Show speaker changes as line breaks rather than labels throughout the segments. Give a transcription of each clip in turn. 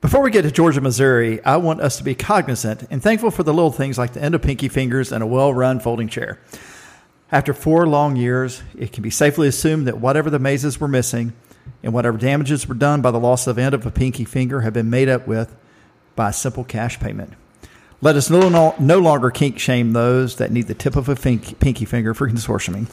Before we get to Georgia, Missouri, I want us to be cognizant and thankful for the little things like the end of pinky fingers and a well run folding chair. After four long years, it can be safely assumed that whatever the mazes were missing and whatever damages were done by the loss of end of a pinky finger have been made up with by a simple cash payment. Let us no, no, no longer kink shame those that need the tip of a fink, pinky finger for consortiuming.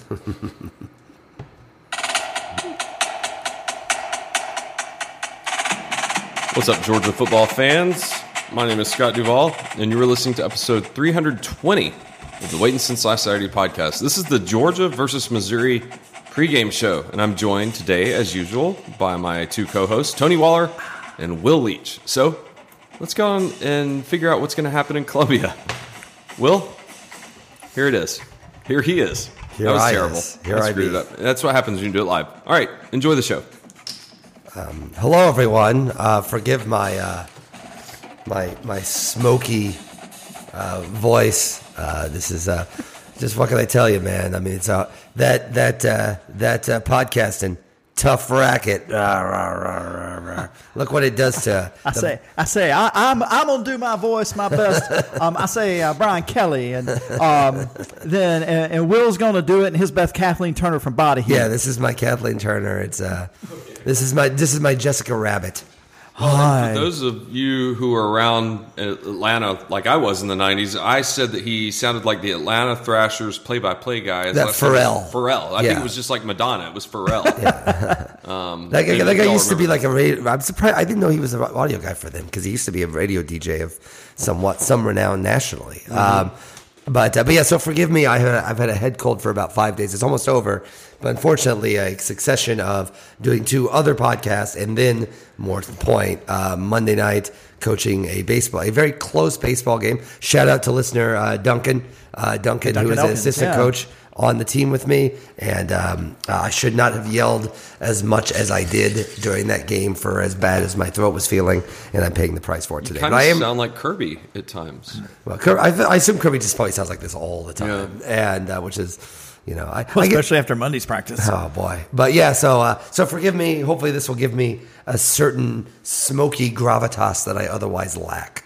What's up, Georgia football fans? My name is Scott Duvall, and you are listening to episode 320 of the Waiting Since Last Saturday podcast. This is the Georgia versus Missouri pregame show, and I'm joined today, as usual, by my two co hosts, Tony Waller and Will Leach. So let's go on and figure out what's going to happen in Columbia. Will, here it is. Here he is.
Here
that was
I
terrible.
is. Here
I
I
screwed
be.
it up. That's what happens when you do it live. All right, enjoy the show.
Hello, everyone. Uh, forgive my uh, my my smoky uh, voice. Uh, this is uh, just what can I tell you, man? I mean, it's uh, that that uh, that uh, podcasting tough racket. Rah, rah, rah, rah, rah. Look what it does to.
I say, I say, I, I'm, I'm gonna do my voice, my best. Um, I say uh, Brian Kelly, and um, then and, and Will's gonna do it, and his Beth Kathleen Turner from Body Heat.
yeah, this is my Kathleen Turner. It's uh, this is my this is my Jessica Rabbit.
Hi.
For those of you who were around Atlanta, like I was in the '90s, I said that he sounded like the Atlanta Thrashers play-by-play guy.
That
That's like-
Pharrell.
Pharrell. I think
Yeah.
it was just like Madonna. It was Pharrell.
That guy,
Maybe
that guy
y'all
used to be like
remember
a radio. I'm surprised. I didn't know he was an audio guy for them because he used to be a radio DJ of somewhat some renown nationally. Um, but uh, but yeah, so forgive me. I had, I've had a head cold for about five days. It's almost over, but unfortunately, a succession of doing two other podcasts and then more to the point, uh, Monday night coaching a baseball, a very close baseball game. Shout out to listener uh, Duncan, uh, Duncan,
Duncan
who is an
Elkins,
assistant
yeah.
coach on the team with me, and um, I should not have yelled as much as I did during that game for as bad as my throat was feeling, and I'm paying the price for it today.
Kind
But I
of
am
sound like Kirby at times.
well, Kirby, I, I assume Kirby just probably sounds like this all the time, and uh, which is you know I, I get,
especially after Monday's practice.
oh boy, but yeah, so uh, so forgive me. Hopefully, this will give me a certain smoky gravitas that I otherwise lack.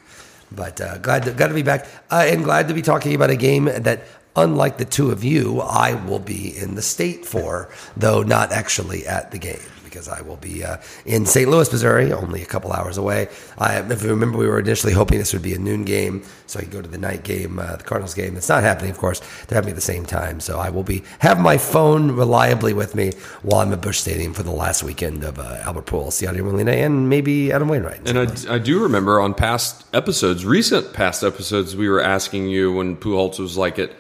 But uh, glad to, glad to be back, uh, and glad to be talking about a game that. Unlike the two of you, I will be in the state for, though not actually at the game because I will be uh, in St. Louis, Missouri, only a couple hours away. I, if you remember, we were initially hoping this would be a noon game, so I could go to the night game, uh, the Cardinals game. It's not happening, of course. They're happening at the same time, so I will be have my phone reliably with me while I'm at Bush Stadium for the last weekend of uh, Albert Pool, Seattle Molina, and maybe Adam Wainwright.
And I, I do remember on past episodes, recent past episodes, we were asking you when Pujols was like at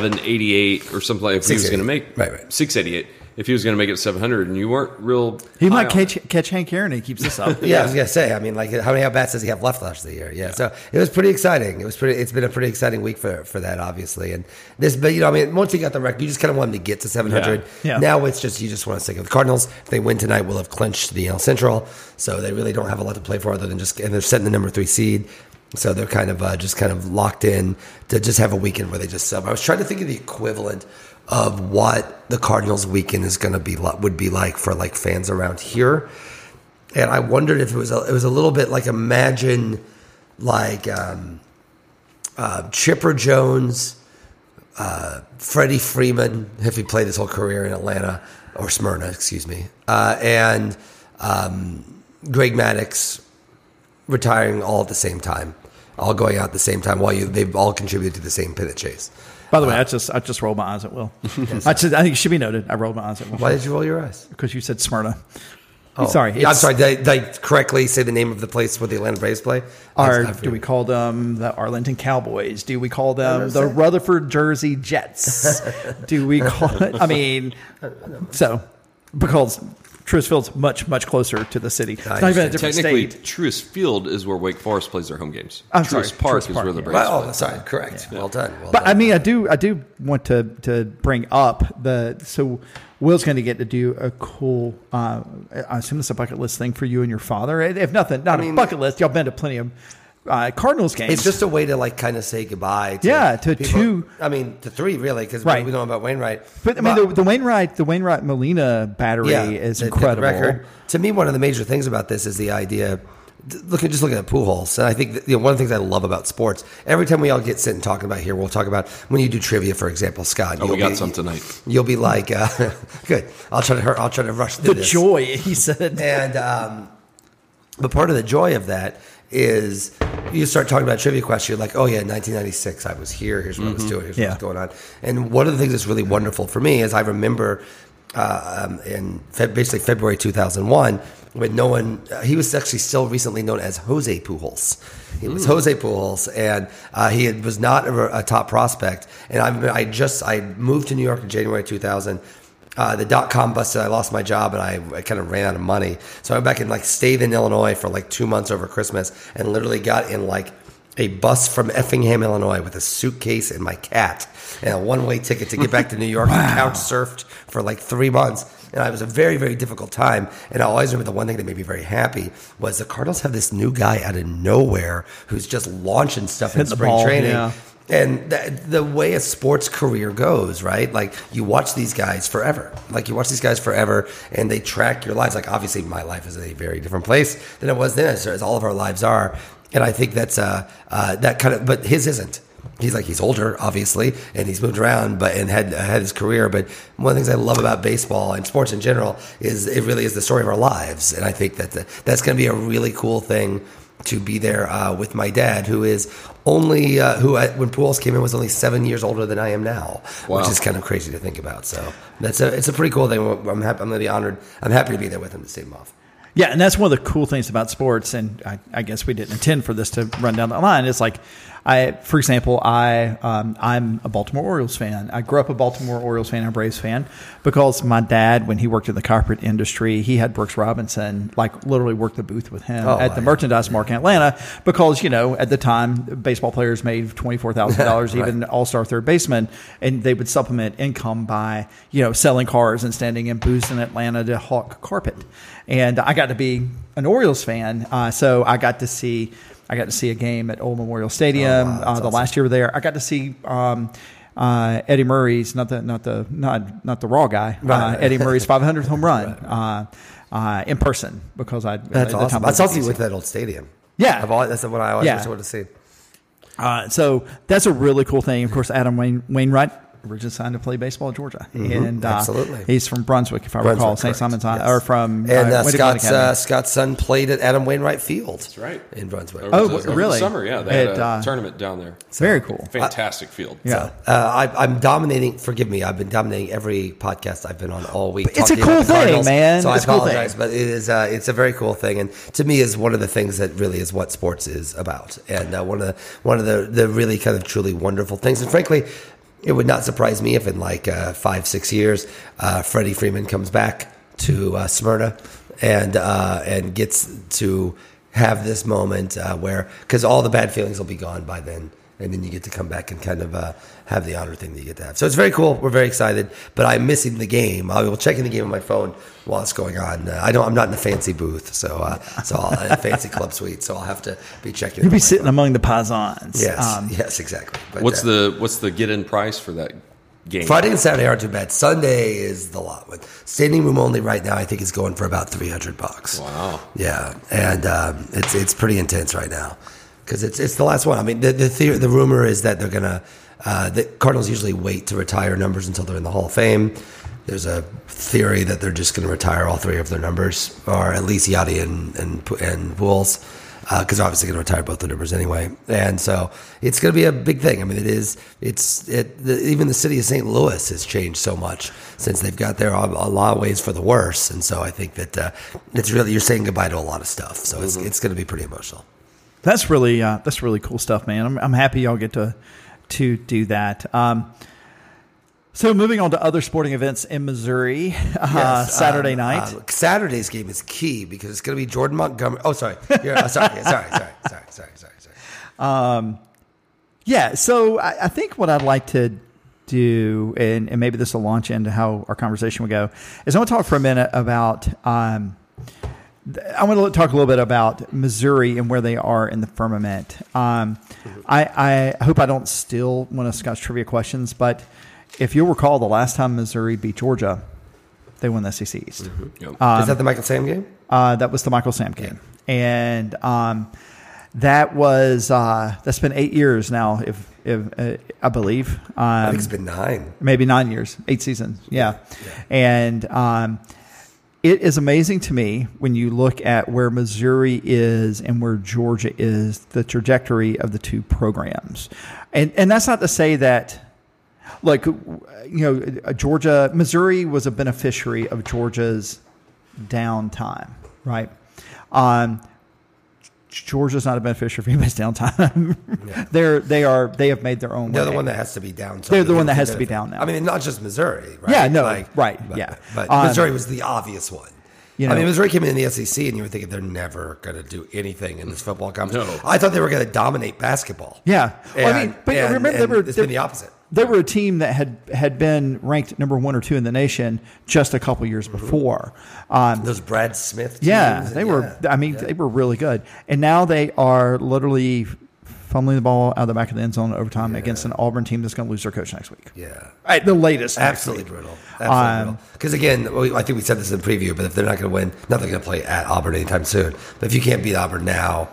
788 or something like if he was going to
688.
make
Right, right.
688 if he was going to make it 700, and you weren't real.
He
high
might
on
catch
it.
catch Hank Aaron. He keeps this up.
Yeah, I was gonna say. I mean, like, how many at bats does he have left last year? Yeah, so it was pretty exciting. It was pretty. It's been a pretty exciting week for for that, obviously. And this, but you know, I mean, once he got the record, you just kind of want him to get to seven hundred.
Yeah, yeah.
Now it's just you just want to stick with the Cardinals. If they win tonight, we'll have clinched the NL Central. So they really don't have a lot to play for other than just and they're setting the number three seed. So they're kind of uh, just kind of locked in to just have a weekend where they just sub. I was trying to think of the equivalent of what the Cardinals weekend is going to be li- would be like for like fans around here and I wondered if it was a, it was a little bit like imagine like um, uh, Chipper Jones, uh, Freddie Freeman, if he played his whole career in Atlanta or Smyrna, excuse me, uh, and um, Greg Maddox retiring all at the same time, all going out at the same time while you they've all contributed to the same pennant chase.
By the way, I just I just rolled my eyes at Will. I, just, I think it should be noted. I rolled my eyes at Will
Why did you roll your eyes?
because you said Smyrna.
Oh,
sorry,
I'm
it's-
sorry. Did I, did I correctly say the name of the place where the Atlanta Braves play? I-
Are
I
do we
forget.
call them the Arlington Cowboys? Do we call them
don't
the
know.
Rutherford Jersey Jets? do we call it? I mean, so because Truist Field's much much closer to the city. It's not even a
understand.
different
Technically,
state.
Truist Field is where Wake Forest plays their home games.
I'm
Truist
sorry,
Park
Truist
is
Park,
where the
yeah.
Braves
Well,
play.
oh, sorry. Correct. Well done. Well
But
done.
I mean, I do, I do want to to bring up the so Will's going to get to do a cool. Uh, I assume it's a bucket list thing for you and your father. If nothing, not a
mean-
bucket list. Y'all been to plenty of uh, Cardinals games.
It's just a way to like kind of say goodbye. To
Yeah, to two-
I mean, to three really, because
Right.
we know about Wainwright.
but I mean, the, the Wainwright, the Wainwright Molina battery is
the- the
incredible.
record. To me, one of the major things about this is the idea d- looking just looking at pool holes. And I think that, you know, one of the things I love about sports. Every time we all get sitting talking about here, we'll talk about when you do trivia, for example, Scott.
Oh, we
you'll
got
be-
some tonight.
You'll be like, uh, good. I'll try to hur- I'll try to rush through
The
this.
joy, he said.
And um, but part of the joy of that is you start talking about trivia questions. You're like, oh yeah, 1996, I was here. Here's what I was doing. Here's
Mm-hmm. Yeah.
what was going on. And one of the things that's really wonderful for me is I remember uh, um, in fe- basically February 2001 when no one uh, he was actually still recently known as Jose Pujols. He was Jose Pujols, and uh, he had, was not a, a top prospect. And I, I just I moved to New York in January 2000 uh, the dot com busted. I lost my job and I, I kind of ran out of money. So I went back and like stayed in Illinois for like two months over Christmas and literally got in like a bus from Effingham, Illinois with a suitcase and my cat and a one way ticket to get back to New York. I couch surfed for like three months. And I was a very, very difficult time. And I always remember the one thing that made me very happy was the Cardinals have this new guy out of nowhere who's just launching stuff in
Hitting the
spring
ball,
training.
yeah.
And the, the way a sports career goes, right? Like you watch these guys forever. Like you watch these guys forever, and they track your lives. Like obviously, my life is a very different place than it was then, as, as all of our lives are. And I think that's uh, uh, that kind of, but his isn't. He's like he's older, obviously, and he's moved around, but and had had his career. But one of the things I love about baseball and sports in general is it really is the story of our lives, and I think that the, that's going to be a really cool thing to be there uh, with my dad, who is only uh, who I, when Pools came in was only seven years older than I am now,
Wow.
which is kind of crazy to think about. So that's a it's a pretty cool thing. I'm happy, I'm gonna be honored. I'm happy to be there with him to see him off.
Yeah, and that's one of the cool things about sports. And I, I guess we didn't intend for this to run down the line. It's like, I, for example, I um, I'm a Baltimore Orioles fan. I grew up a Baltimore Orioles fan and a Braves fan because my dad, when he worked in the corporate industry, he had Brooks Robinson like literally worked the booth with him
Oh,
at the
I-
merchandise market in Atlanta because you know at the time baseball players made twenty four thousand dollars
Right.
even all star third baseman, and they would supplement income by you know selling cars and standing in booths in Atlanta to hawk carpet. And I got to be an Orioles fan, uh, so I got to see I got to see a game at Old Memorial Stadium
Oh, wow,
uh,
that's
the last year we were there. I got to see. Um, uh, Eddie Murray's not the not the not not the raw guy.
Right.
Uh, Eddie Murray's 500th home run uh, uh, in person because I
That's
at the
awesome.
time I
That's
was
also
busy.
with that old stadium.
Yeah.
I've always, that's the one I always
Yeah.
wish I would have seen.
Uh, so that's a really cool thing. Of course, Adam Wain- Wainwright originally signed to play baseball at Georgia, and uh,
Mm-hmm. absolutely.
he's from Brunswick, if I recall, St.
correct.
Simon's High-
Yes.
or from
and
uh, Winnicott
uh, Scott's
Academy.
uh, Scott's son played at Adam Wainwright Field. That's
right.
in Brunswick.
Over
Oh,
the-
w-
over the
really?
Summer, yeah. They had
It,
a
uh,
tournament down there.
very cool.
Fantastic field.
Yeah.
Uh, I, I'm dominating. Forgive me. I've been dominating every podcast I've been on all week.
it's a
talking about
cool
the
thing,
Cardinals,
man.
So
It's a
I
cool thing.
apologize, but it is. Uh, it's a very cool thing, and to me, is one of the things that really is what sports is about, and uh, one of the one of the the really kind of truly wonderful things. And frankly, it would not surprise me if in like uh, five six years, uh, Freddie Freeman comes back to uh, Smyrna and uh, and gets to have this moment uh, where because all the bad feelings will be gone by then, and then you get to come back and kind of uh, have the honor thing that you get to have. So it's very cool. We're very excited, but I'm missing the game. I will check in the game on my phone while it's going on. Uh, I don't. I'm not in a fancy booth, so uh, so I'll, in a fancy club suite, so I'll have to be checking.
You'd
it on my
be sitting um,
phone.
among the Pisons.
Yes. yes. Exactly. But,
What's
uh,
the what's the get in price for that game?
Friday and Saturday aren't too bad. Sunday is the lot. With standing room only right now, I think is going for about three hundred bucks.
Wow.
Yeah, and um, it's it's pretty intense right now because it's it's the last one. I mean, the the, theor the rumor is that they're gonna uh, the Cardinals usually wait to retire numbers until they're in the Hall of Fame. There's a theory that they're just gonna retire all three of their numbers, or at least Yachty and and Pu- and Pools, because Uh, they're obviously gonna retire both their numbers anyway. And so it's gonna be a big thing. I mean, it is. It's it the, even the city of St. Louis has changed so much since they've got there a, a lot of ways for the worse. And so I think that uh, it's really you're saying goodbye to a lot of stuff. So it's
Mm-hmm.
it's gonna be pretty emotional.
That's really uh, that's really cool stuff, man. I'm, I'm happy y'all get to to do that. Um, so moving on to other sporting events in Missouri, uh,
Yes,
Saturday
um,
night.
uh, Saturday's game is key because it's going to be Jordan Montgomery. Oh, sorry. You're- uh, sorry, sorry, sorry, sorry, sorry, sorry, sorry.
Yeah, so I, I think what I'd like to do, and, and maybe this will launch into how our conversation will go, is I want to talk for a minute about. Um, th- I want to talk a little bit about Missouri and where they are in the firmament. Um, I, I hope I don't steal one of Scott's trivia questions, but if you'll recall, the last time Missouri beat Georgia, they won the SEC East.
Yep.
Um, is that the Michael Sam game?
Uh, that uh, was the Michael Sam game. and um, that was uh, that's been eight years now, if if uh, I believe. Um,
I think it's been nine.
maybe nine years, eight seasons. Yeah. And um, it is amazing to me when you look at where Missouri is and where Georgia is, the trajectory of the two programs. And, and that's not to say that, like, you know, Georgia, Missouri was a beneficiary of Georgia's downtime, right? Um, Georgia's not a beneficiary of anybody's downtime. They're they are they have made their own.
They're the
way.
one that has to be down. so
They're the
they
one that
don't
has
get
to be
anything.
down now.
I mean, not just Missouri, right?
Yeah, no, right,
but-
yeah.
But
Um,
Missouri was the obvious one.
you
I mean,
know-
Missouri came in the SEC, and you were thinking they're never going to do anything in this football conference.
No.
I thought they were going to dominate basketball.
Yeah, Well, I
And-
mean, but
and-
remember they
and
were
it's
they-
been the opposite.
They were a team that had had been ranked number one or two in the nation just a couple years before. Um,
Those Brad Smith. Mm-hmm. Teams,
yeah,
and
they were.
yeah.
I mean, they were really good, and now they are literally fumbling the ball out of the back of the end zone in overtime against an Auburn team that's going to lose their coach next week.
Yeah.
At the latest, next
Absolutely
week.
brutal.
Um,
Absolutely Because again, we- I think we said this in preview, but if they're not going to win, not they're going to play at Auburn anytime soon. But if you can't beat Auburn now,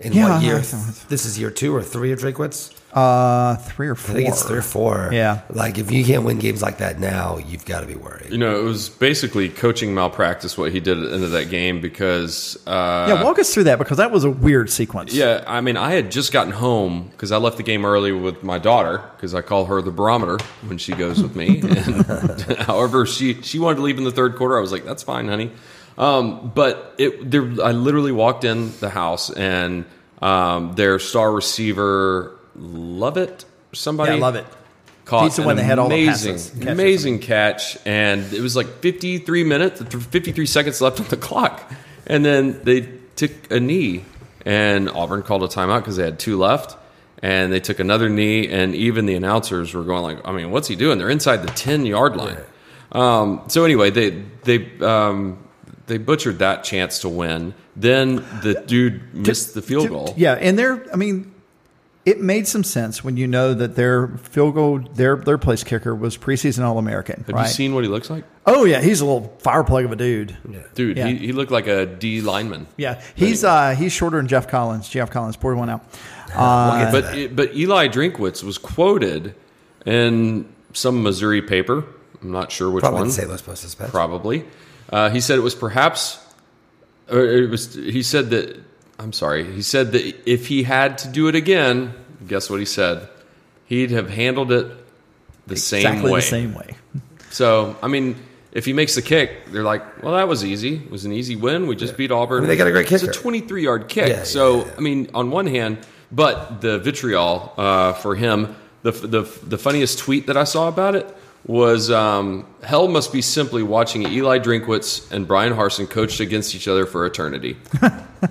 in
Yeah,
what year?
I thought-
This is year two or three of Drinkwitz.
Uh, three or four.
I think it's three or four.
Yeah.
Like if you can't win games like that now, you've got to be worried.
You know, it was basically coaching malpractice what he did at the end of that game because, uh,
Yeah, walk us through that because that was a weird sequence.
yeah, I mean, I had just gotten home because I left the game early with my daughter because I call her the barometer when she goes with me. and however, she she wanted to leave in the third quarter. I was like, "That's fine, honey." Um, but it, there, I literally walked in the house and um, their star receiver Lovett, somebody,
Yeah, Lovett.
caught
He's the
an
one that had all the
amazing,
passes. Catches.
amazing catch, and it was like 53 minutes, 53 seconds left on the clock, and then they took a knee, and Auburn called a timeout because they had two left, and they took another knee, and even the announcers were going like, I mean, what's he doing? They're inside the 10 yard line. Um, so anyway, they they um, they butchered that chance to win. Then the dude missed the field
To-
goal.
Yeah, and they're I mean, it made some sense when you know that their field goal, their their place kicker was preseason All American.
Have
right?
you seen what he looks like?
Oh yeah, he's a little fire plug of a dude.
Dude,
Yeah.
he, he looked like a D lineman.
Yeah, he's uh, he's shorter than Jeff Collins. Jeff Collins poured one out.
We'll
Uh,
get to
But but Eli Drinkwitz was quoted in some Missouri paper. I'm not sure which
Probably
one.
the St. Louis Post-Dispatch.
Probably. Uh, he said it was perhaps. Or it was. He said that. I'm sorry. He said that if he had to do it again, guess what he said? He'd have handled it the same
exactly
way.
the same way.
So I mean. If he makes the kick, they're like, "Well, that was easy. It was an easy win. We just beat Auburn.
I mean, they got a great
It's a
kicker.
23 yard kick.
Yeah, yeah,
so
yeah.
I mean, on one hand, but the vitriol uh, for him, the, the the funniest tweet that I saw about it was um, hell must be simply watching Eli Drinkwitz and Brian Harson coached against each other for eternity.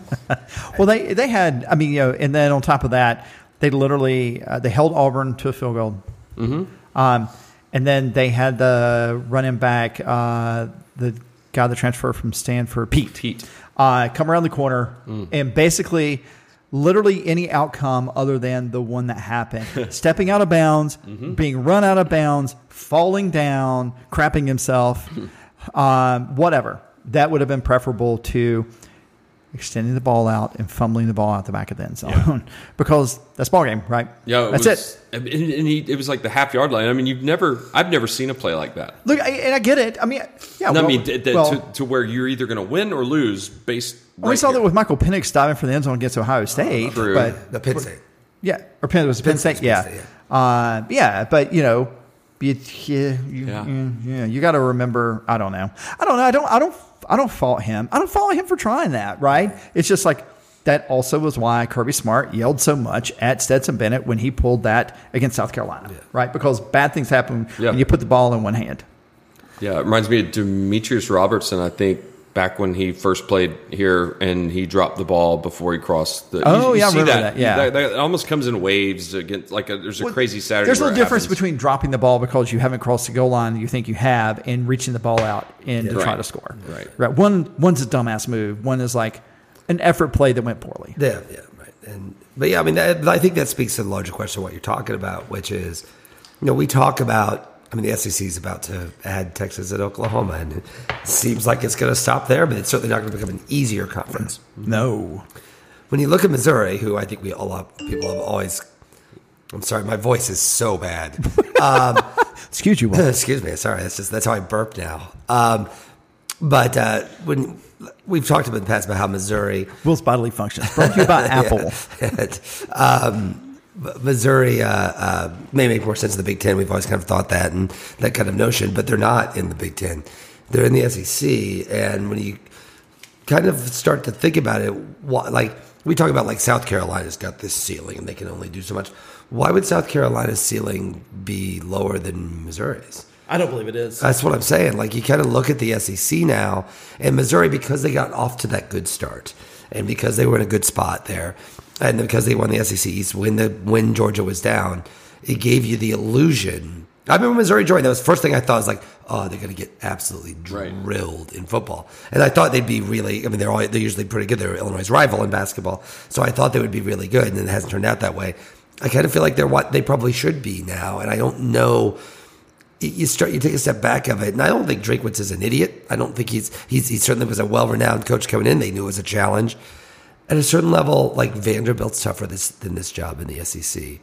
Well, they they had I mean you know, and then on top of that, they literally uh, they held Auburn to a field goal. Mm-hmm. Um, and then they had the running back, uh, the guy that transferred from Stanford, Pete.
Pete.
uh, come around the corner and basically literally any outcome other than the one that happened stepping out of bounds
Mm-hmm.
being run out of bounds falling down crapping himself um, whatever that would have been preferable to extending the ball out and fumbling the ball out the back of the end zone because that's ball game right
Yeah, it
that's
was,
it
And, and he, it was like the half yard line. I mean, you've never, I've never seen a play like that.
look I, and i get it i mean yeah
I
well-
mean, d- d-
well,
to, to where you're either going to win or lose based.
we
right
saw
here.
that with michael penix diving for the end zone against ohio state
True.
but
The Penn State.
Yeah, or Penn was it Penn, State.
Penn
Yeah,
State,
Uh, yeah, but you know, you, you, you,
Yeah.
you, got to remember. I don't know. I don't know. I don't. I don't. I don't fault him. I don't fault him for trying that. Right? It's just like that. Also, was why Kirby Smart yelled so much at Stetson Bennett when he pulled that against South Carolina. Right? Because bad things happen
Yeah.
when you put the ball in one hand.
Yeah, it reminds me of Demetrius Robertson. I think back when he first played here, and he dropped the ball before he crossed the.
Oh, yeah, I remember that, yeah.
that, that almost comes in waves against like a, there's a crazy Saturday.
There's
where
no
it
difference
happens.
between dropping the ball because you haven't crossed the goal line you think you have and reaching the ball out and to try
Right.
to score.
Right.
Right. One one's a dumbass move. One is like an effort play that went poorly.
Yeah, yeah, right. And but yeah, I mean, that, I think that speaks to the larger question of what you're talking about, which is, you know, we talk about I mean, the SEC is about to add Texas and Oklahoma, and it seems like it's going to stop there, but it's certainly not going to become an easier conference.
No.
When you look at Missouri, who I think we a lot people have always, I'm sorry, my voice is so bad.
Excuse you. Walt.
Excuse me. Sorry. That's just that's how I burp now. Um, but uh, when we've talked about in the past about how Missouri,
Will's bodily functions. Brought to you by Apple.
um, Missouri uh, uh, may make more sense in the Big Ten. We've always kind of thought that and that kind of notion, but they're not in the Big Ten. They're in the SEC, and when you kind of start to think about it, why, like we talk about, like South Carolina's got this ceiling and they can only do so much. Why would South Carolina's ceiling be lower than Missouri's?
I don't believe it is.
That's what I'm saying. Like you kind of look at the SEC now and Missouri because they got off to that good start and because they were in a good spot there and because they won the SEC East when the when Georgia was down, it gave you the illusion. I remember Missouri joined. That was the first thing I thought. I was like, oh, they're going to get absolutely
Right.
drilled in football. And I thought they'd be really. I mean, they're all, they're usually pretty good. They're Illinois' rival in basketball, so I thought they would be really good, and it hasn't turned out that way. I kind of feel like they're what they probably should be now, and I don't know you- you start you take a step back of it, and I don't think Drinkwitz is an idiot. I don't think he's he's he certainly was a well renowned coach coming in. They knew it was a challenge. At a certain level, like Vanderbilt's tougher this, than this job in the SEC.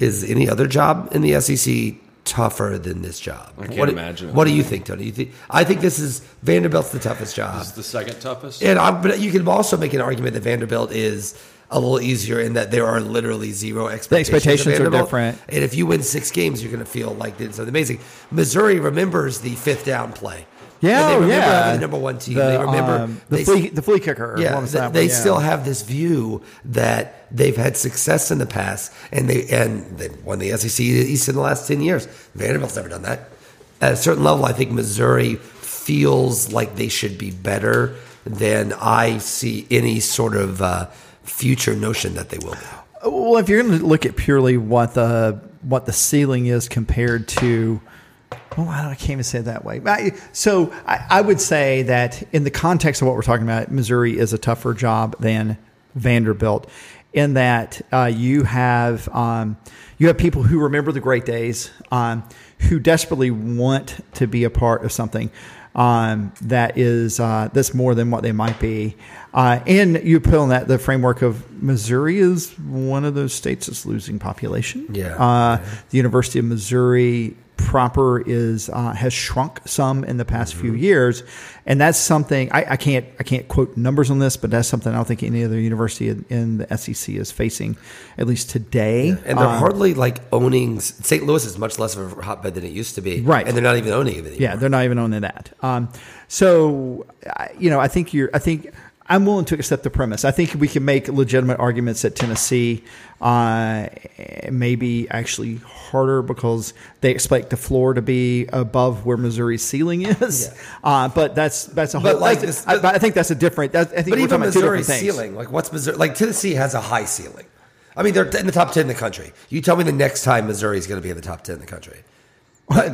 Is any other job in the SEC tougher than this job? I
can't
what,
imagine.
What do you think, Tony? You think I think this is Vanderbilt's the toughest job.
It's the second toughest.
And I, but you can also make an argument that Vanderbilt is a little easier in that there are literally zero expectations. of
expectations are
Vanderbilt.
different.
And if you win six games, you're going to feel like it's something amazing. Missouri remembers the fifth down play.
yeah,
And they
oh,
remember
yeah.
The number one team.
The,
they remember
um, the,
they-
flea, the flea kicker. or
yeah,
one of
they,
that
they
one, yeah.
still have this view that they've had success in the past, and they and they won the SEC East in the last ten years. Vanderbilt's never done that. At a certain level, I think Missouri feels like they should be better than I see any sort of uh, future notion that they will. Be.
Well, if you're going to look at purely what the what the ceiling is compared to, oh, I, don't, I can't even say it that way. I- so I, I would say that in the context of what we're talking about, Missouri is a tougher job than Vanderbilt, in that uh, you have um, you have people who remember the great days, um, who desperately want to be a part of something um, that is uh, that's more than what they might be. Uh, and you put on that the framework of Missouri is one of those states that's losing population.
Yeah.
Uh, the University of Missouri proper is uh, has shrunk some in the past few
Mm-hmm.
years, and that's something I, I can't I can't quote numbers on this, but that's something I don't think any other university in, in the SEC is facing at least today. Um,
And they're hardly like owning St. Louis is much less of a hotbed than it used to be,
Right.
And they're not even owning it anymore.
Yeah, they're not even owning that. Um, so, I- you know, I think you're. I think I'm willing to accept the premise. I think we can make legitimate arguments that Tennessee uh, may be actually harder because they expect the floor to be above where Missouri's ceiling is. Uh, but that's that's a whole.
But like
that's-
this-
I, but I think that's a different. That, I think
But
we're
even
talking about two different
Missouri's
things.
ceiling, like what's Missouri? Like Tennessee has a high ceiling. I mean, they're in the top ten in the country. You tell me the next time Missouri's going to be in the top ten in the country.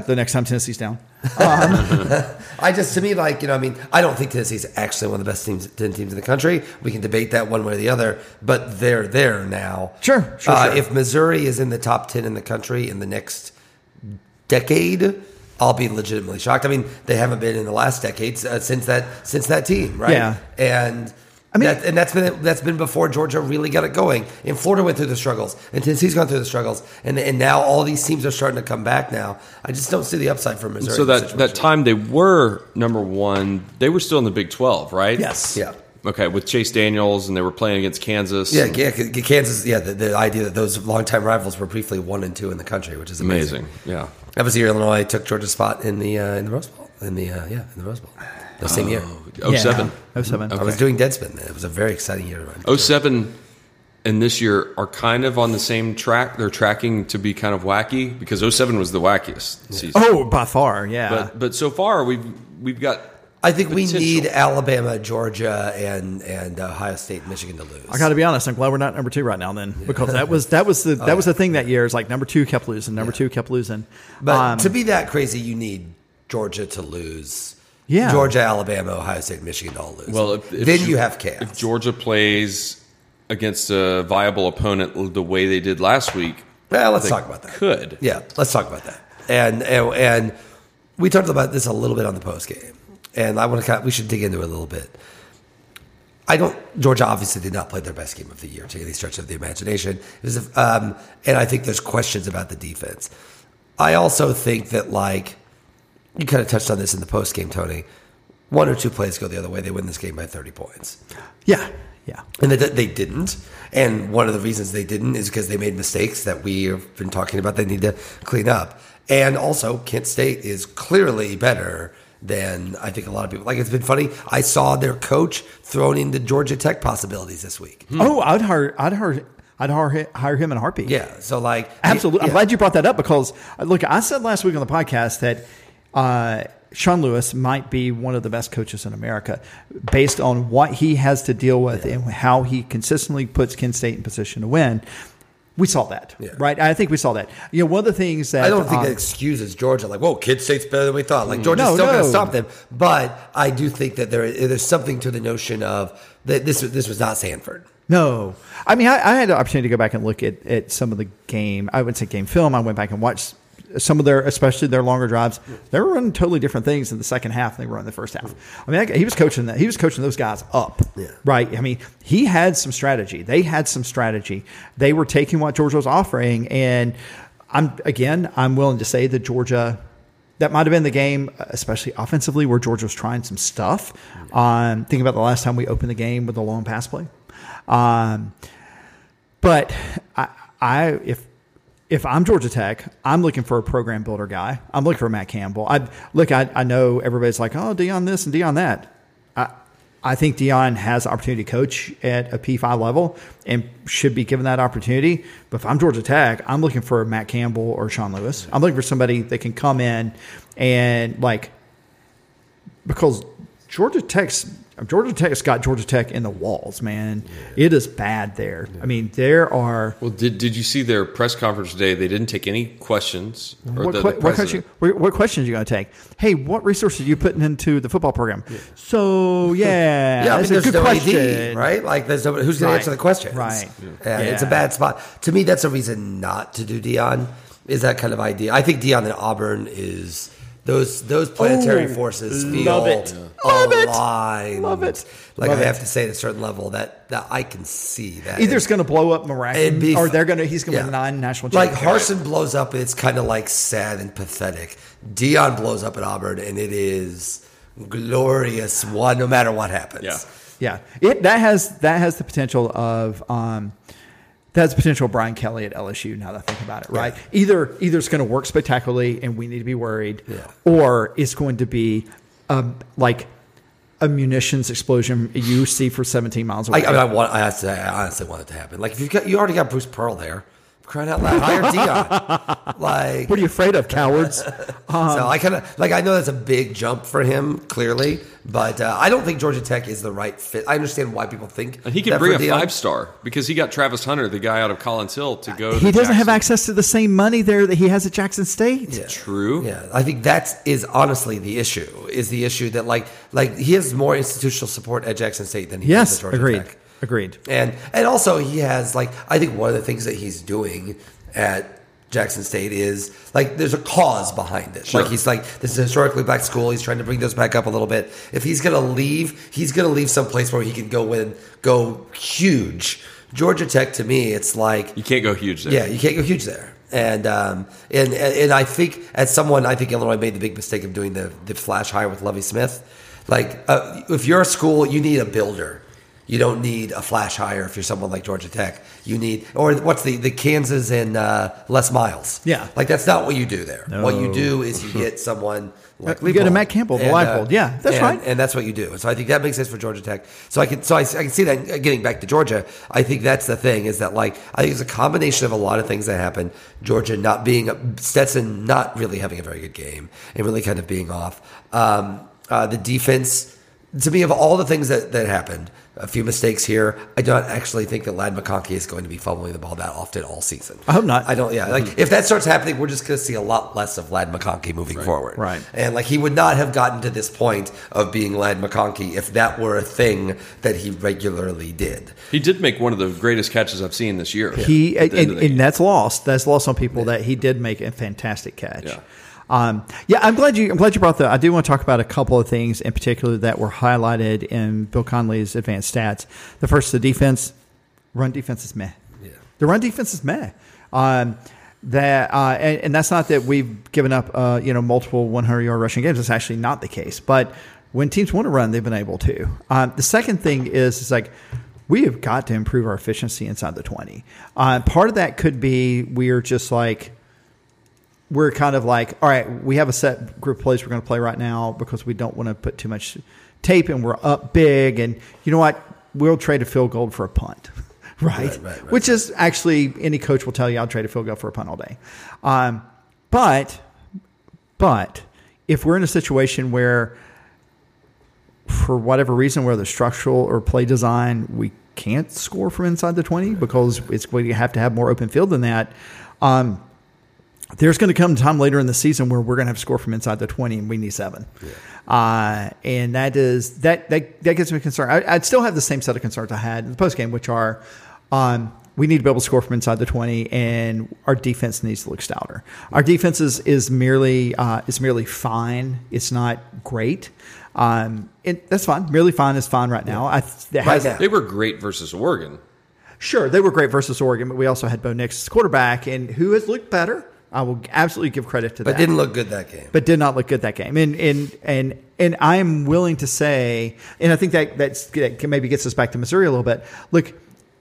the next time Tennessee's down.
I just to me, like you know, I mean, I don't think Tennessee's actually one of the best teams, ten teams in the country. We can debate that one way or the other, but they're there now.
Sure, sure,
Uh,
sure.
If Missouri is in the top ten in the country in the next decade. I'll be legitimately shocked. I mean, they haven't been in the last decades uh, since that since that team, right?
Yeah.
and
I mean-
that, and that's been that's been before Georgia really got it going. And Florida went through the struggles, and Tennessee's gone through the struggles, and and now all these teams are starting to come back. Now, I just don't see the upside for Missouri.
so
in this
that,
situation.
that time they were number one, they were still in the Big 12, right?
Yes.
yeah.
Okay, with Chase Daniels, and they were playing against Kansas.
Yeah, yeah, K- K- Kansas. Yeah, the, the idea that those longtime rivals were briefly one and two in the country, which is amazing.
Amazing. Yeah.
That was the year Illinois took Georgia's spot in the uh, in the Rose Bowl. In the uh, yeah, in the Rose Bowl. The same year,
Oh seven.
Oh seven.
I was doing Deadspin. Then. It was a very exciting year.
Oh seven and this year are kind of on the same track. They're tracking to be kind of wacky because oh seven was the wackiest season.
Oh, by far, yeah.
But but so far we've we've got
I think we
Potential.
need Alabama, Georgia, and and Ohio State, Michigan to lose.
I got to be honest. I'm glad we're not number two right now, then, because that was that was
Oh,
the that was the thing that year. Is like number two kept losing, number two kept losing.
but
Um,
to be that crazy, you need Georgia to lose.
Yeah.
Georgia, Alabama, Ohio State, Michigan to all lose.
well if, if
then
Ge-
you have chaos.
If Georgia plays against a viable opponent the way they did last week,
well, let's talk about that.
could
Yeah, let's talk about that. and and, and we talked about this a little bit on the post game, and I want to kind of, we should dig into it a little bit. I don't. Georgia obviously did not play their best game of the year to any stretch of the imagination. It was, um, and I think there's questions about the defense. I also think that like you kind of touched on this in the post game, Tony. One or two plays go the other way, they win this game by 30 points,
Yeah. Yeah.
and they, they didn't. And one of the reasons they didn't is because they made mistakes that we have been talking about. They need to clean up. And also, Kent State is clearly better than I think a lot of people. Like it's been funny. I saw their coach thrown into Georgia Tech possibilities this week.
Oh, I'd hire. I'd hire. I'd hire, hire him in a heartbeat.
Yeah. So like
Absolutely. I'm
yeah.
glad you brought that up because, uh, look, I said last week on the podcast that uh, Sean Lewis might be one of the best coaches in America based on what he has to deal with and how he consistently puts Kent State in position to win. We saw that,
Yeah.
right? I think we saw that. You know, one of the things that
I don't think
um,
that excuses Georgia. Like, whoa, Kid State's better than we thought. Like, Georgia's
No,
still going
no.
to stop them. But I do think that there there's something to the notion of that this this was not Sanford.
No, I mean, I, I had the opportunity to go back and look at, at some of the game. I wouldn't say game film. I went back and watched some of their, especially their longer drives. They were running totally different things in the second half than they were in the first half. I mean, that guy- he was coaching that. He was coaching those guys up,
Yeah.
right? I mean, he had some strategy. They had some strategy. They were taking what Georgia was offering, and I'm again, I'm willing to say that Georgia. That might have been the game, especially offensively, where Georgia was trying some stuff. Um, thinking about the last time we opened the game with a long pass play. Um, but I, I if if I'm Georgia Tech, I'm looking for a program builder guy. I'm looking for Matt Campbell. I look. I, I know everybody's like, oh, Dion this and Dion that. I I think Dion has the opportunity to coach at a P5 level and should be given that opportunity. But if I'm Georgia Tech, I'm looking for Matt Campbell or Sean Lewis. I'm looking for somebody that can come in and like because Georgia Tech's Georgia Tech's got Georgia Tech in the walls, man. It is bad there. I mean, there are
Well, did, did you see their press conference today? They didn't take any questions. Or
what,
the,
que-
the
what, question,
president.
what, what questions are you going to take? Hey, what resources are you putting into the football program? So yeah,
I
that's
mean,
a good
there's no AD,
question,
right? Like, there's no, who's going
Right.
to answer the questions?
Right.
Yeah, It's a
Yeah.
bad spot. To me, that's a reason not to do Dion. Is that kind of idea? I think Dion and Auburn is those those planetary
Oh,
forces feel
love it. Love it.
aligned.
Love it.
Like
Love
I
it.
have to say, at a certain level, that that I can see that
Either it's going to blow up miraculously,
It'd be
or
f-
they're going to he's going to
yeah.
win nine national
Like
championships.
Harson blows up, and it's kind of like sad and pathetic. Dion blows up at Auburn, and it is glorious. One, no matter what happens.
Yeah.
Yeah, it that has that has the potential of um, that has the potential of Brian Kelly at LSU. Now that I think about it, right? Either either it's going to work spectacularly, and we need to be worried,
Yeah.
or it's going to be um, like a munitions explosion you see for 17 miles away.
I, I mean, I want. I honestly, I honestly want it to happen. Like if you got, you already got Bruce Pearl there. Crying out loud, hire Dion. Like
what are you afraid of, cowards?
um,
so, I kind of like. I know that's a big jump for him, clearly, but uh, I don't think Georgia Tech is the right fit. I understand why people think
And Uh, he can
that
bring
for
a
Deion.
five star because he got Travis Hunter, the guy out of Collins Hill, to go.
Uh, he
to
doesn't have
Jackson.
access to the same money there that he has at Jackson State.
Yeah.
True.
Yeah, I think that is honestly the issue. Is the issue that like like he has more institutional support at Jackson State than he does at
Yes,
Georgia
agreed,
Tech.
agreed.
And and also he has like I think one of the things that he's doing at Jackson State is like there's a cause behind it.
Sure.
Like he's like this is a historically black school. He's trying to bring those back up a little bit. If he's gonna leave, he's gonna leave someplace where he can go win, go huge. Georgia Tech to me, it's like
You can't go huge there.
yeah, you can't go huge there. And um, and and I think as someone, I think Illinois made the big mistake of doing the the flash hire with Lovey Smith. Like, uh, if you're a school, you need a builder. You don't need a flash hire if you're someone like Georgia Tech. You need or what's the the Kansas and uh, Les Miles.
Yeah.
like that's not what you do there. What you
No. Uh,
do is you get someone. Like
You get a
Leipold.
Matt Campbell, the
And, uh,
Leipold. Yeah, that's
and-
right.
and that's what you do. So I think that makes sense for Georgia Tech. So I can so I, I can see that uh, getting back to Georgia, I think that's the thing is that like I think it's a combination of a lot of things that happened. Georgia not being Stetson not really having a very good game and really kind of being off. Um, uh, the defense to me, of all the things that, that happened, a few mistakes here. I don't actually think that Lad McConkey is going to be fumbling the ball that often all season.
I hope not.
I don't. Yeah,
Mm-hmm.
like if that starts happening, we're just going to see a lot less of Lad McConkey moving forward.
Right.
And like he would not have gotten to this point of being Lad McConkey if that were a thing that he regularly did.
He did make one of the greatest catches I've seen this year.
He
at
and,
the end of
and,
the game.
that's lost. That's lost on people that he did make a fantastic catch.
Yeah.
Um, yeah, I'm glad you. I'm glad you brought that. I do want to talk about a couple of things in particular that were highlighted in Bill Conley's advanced stats. The first, the defense, run defense is meh. Yeah. The run defense is meh. Um, that uh, and, and that's not that we've given up. Uh, you know, multiple 100 yard rushing games. That's actually not the case. But when teams want to run, they've been able to. Um, the second thing is, is like we have got to improve our efficiency inside the 20. Uh, part of that could be we're just like we're kind of like, all right, we have a set group of plays we're going to play right now because we don't want to put too much tape and we're up big. And you know what? We'll trade a field goal for a punt, right?
Right, right, right.
Which is actually any coach will tell you, I'll trade a field goal for a punt all day. Um, but, but if we're in a situation where for whatever reason, whether structural or play design, we can't score from inside the 20 because it's we have to have more open field than that. Um, there's going to come a time later in the season where we're going to have to score from inside the 20 and we need seven. Uh, and that is that that that gives me concern. I, I'd still have the same set of concerns I had in the post game, which are um, we need to be able to score from inside the 20 and our defense needs to look stouter. Our defense is, is merely uh, is merely fine. It's not great. Um, it, that's fine. Merely fine is fine right now. I, th-
Right now.
They were great versus Oregon.
Sure, they were great versus Oregon, but we also had Bo Nix as quarterback, and who has looked better? I will absolutely give credit to
But
that.
didn't look good that game.
but did not look good that game. And and and and I am willing to say, and I think that that's, that can- maybe gets us back to Missouri a little bit. Look,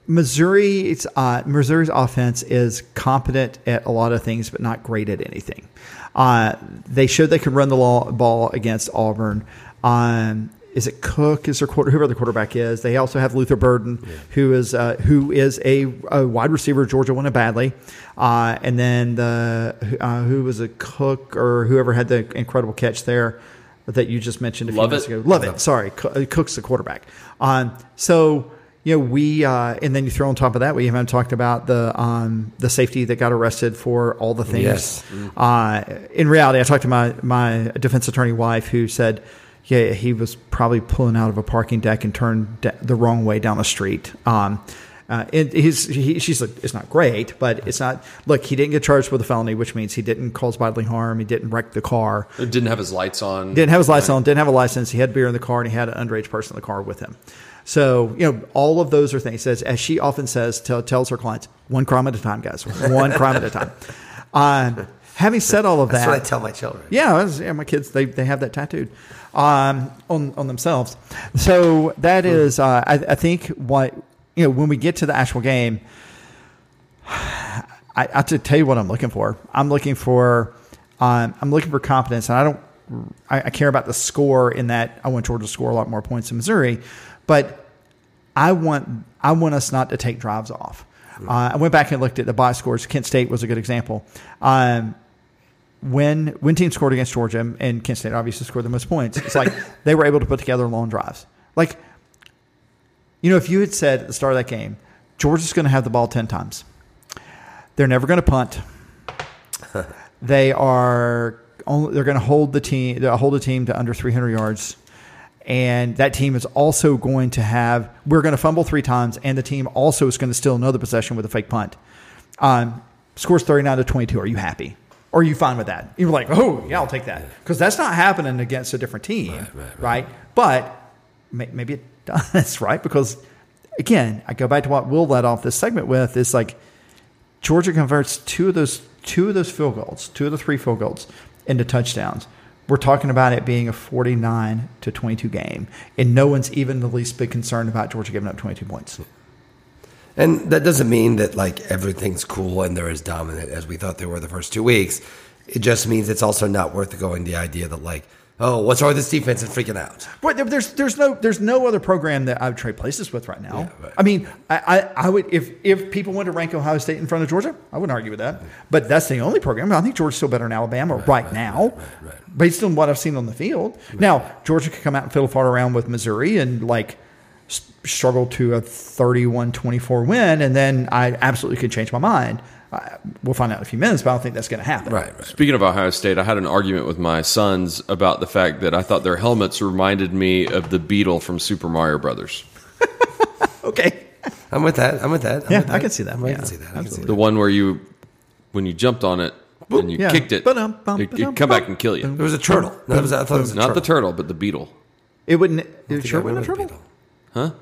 Missouri's uh, Missouri's offense is competent at a lot of things, but not great at anything. Uh, they showed they can run the law, ball against Auburn. Um, is it Cook? Is their quarter? Whoever the quarterback is, they also have Luther Burden, who is uh, who is a, a wide receiver. Georgia wanted badly, uh, and then the uh, who was a Cook or whoever had the incredible catch there that you just mentioned a few
Love
minutes
it.
ago. Love it. Sorry, Co- uh, Cook's the quarterback. Um, so you know we, uh, and then you throw on top of that we haven't talked about the um, the safety that got arrested for all the things.
Yes.
Uh, in reality, I talked to my my defense attorney wife who said, yeah, he was probably pulling out of a parking deck and turned da- the wrong way down the street. Um, uh, and he's, he, she's like, it's not great, but it's not. Look, he didn't get charged with a felony, which means he didn't cause bodily harm. He didn't wreck the car.
It didn't have his lights on.
Didn't have his license on, didn't have a license. He had beer in the car, and he had an underage person in the car with him. So, you know, all of those are things. Says, as she often says, tell, tells her clients, one crime at a time, guys, one crime at a time. Um, having said all of
That's
that,
what I tell my children.
yeah, I was- yeah, my kids they, they have that tattooed um, on on themselves. So that is, uh, I, I think, what you know when we get to the actual game. I, I to tell you what I'm looking for. I'm looking for, um, I'm looking for competence, and I don't, I, I care about the score in that I want Georgia to score a lot more points than Missouri, but I want I want us not to take drives off. Uh, I went back and looked at the box scores. Kent State was a good example. Um, when when teams scored against Georgia and Kent State obviously scored the most points, it's like they were able to put together long drives. Like, you know, if you had said at the start of that game, Georgia's going to have the ball ten times, they're never going to punt. they are only, they're going to hold the team they'll hold a team to under 300 yards and that team is also going to have we're going to fumble three times and the team also is going to steal another possession with a fake punt um, scores 39 to 22 are you happy are you fine with that you're like oh yeah i'll take that because that's not happening against a different team right, but may- maybe it does right because again i go back to what will let off this segment with is like Georgia converts two of those two of those field goals, two of the three field goals into touchdowns. We're talking about it being a 49 to 22 game, and no one's even the least bit concerned about Georgia giving up 22 points.
And that doesn't mean that like everything's cool and they're as dominant as we thought they were the first two weeks. It just means it's also not worth going the idea that like oh, what's wrong with this defense and freaking out?
Well, there- there's there's no there's no other program that I would trade places with right now. I mean, I, I, I would if if people wanted to rank Ohio State in front of Georgia, I wouldn't argue with that. But that's the only program. I think Georgia's still better than Alabama right, now, based on what I've seen on the field. Now Georgia could come out and fiddle fart around with Missouri and like s- struggle to a 31-24 win, and then I absolutely could change my mind. I, we'll find out in a few minutes, but I don't think that's going to happen.
Right, right.
Speaking of Ohio State, I had an argument with my sons about the fact that I thought their helmets reminded me of the beetle from Super Mario Brothers.
Okay.
I'm with that. I'm with that. I'm
Yeah,
with
I can see that.
I
Yeah,
can see that. I can see
absolutely.
that.
The one where you, when you jumped on it and you
Yeah.
kicked it,
Ba-dum, bum,
it,
ba-dum,
would come back
bum.
and kill you.
There was a turtle. No, that was, I thought it was a
Not
turtle.
the turtle, but the beetle.
It wouldn't. It
think
sure
I went
wasn't a
with
turtle.
beetle.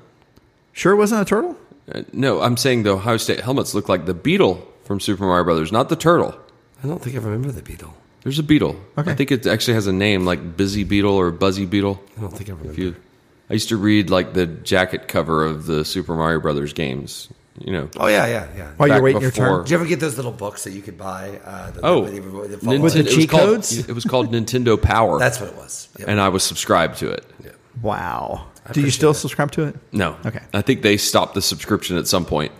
Sure wasn't a turtle.
Uh, No, I'm saying the Ohio State helmets look like the beetle from Super Mario Brothers, not the turtle.
I don't think I remember the beetle.
There's a beetle.
Okay.
I think it actually has a name like Busy Beetle or Buzzy Beetle.
I don't think I remember.
If you, I used to read like the jacket cover of the Super Mario Brothers games. You know,
oh yeah, yeah, yeah.
While you're
Back
waiting your
before-
turn.
Did you ever get those little books that you could buy? Uh, that-
Oh,
that you would- that
Ninten-
follow
With the
it was
cheat
called-
codes?
It was called Nintendo Power,
That's what it was.
Uh,
Yep.
and I was subscribed to it.
Wow. Do you still subscribe to it?
Mm.
No,
Okay.
I think they stopped the subscription at some point.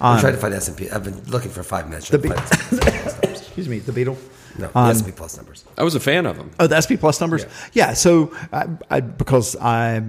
I'm trying to find S and P. I've been looking for five minutes.
um, The
trying to find S&P.
Excuse me, the Beetle.
no,
Um,
S and P plus numbers.
I was a fan of them.
Oh, the SP Plus numbers. Yeah.
Yeah.
so, I, I, because I,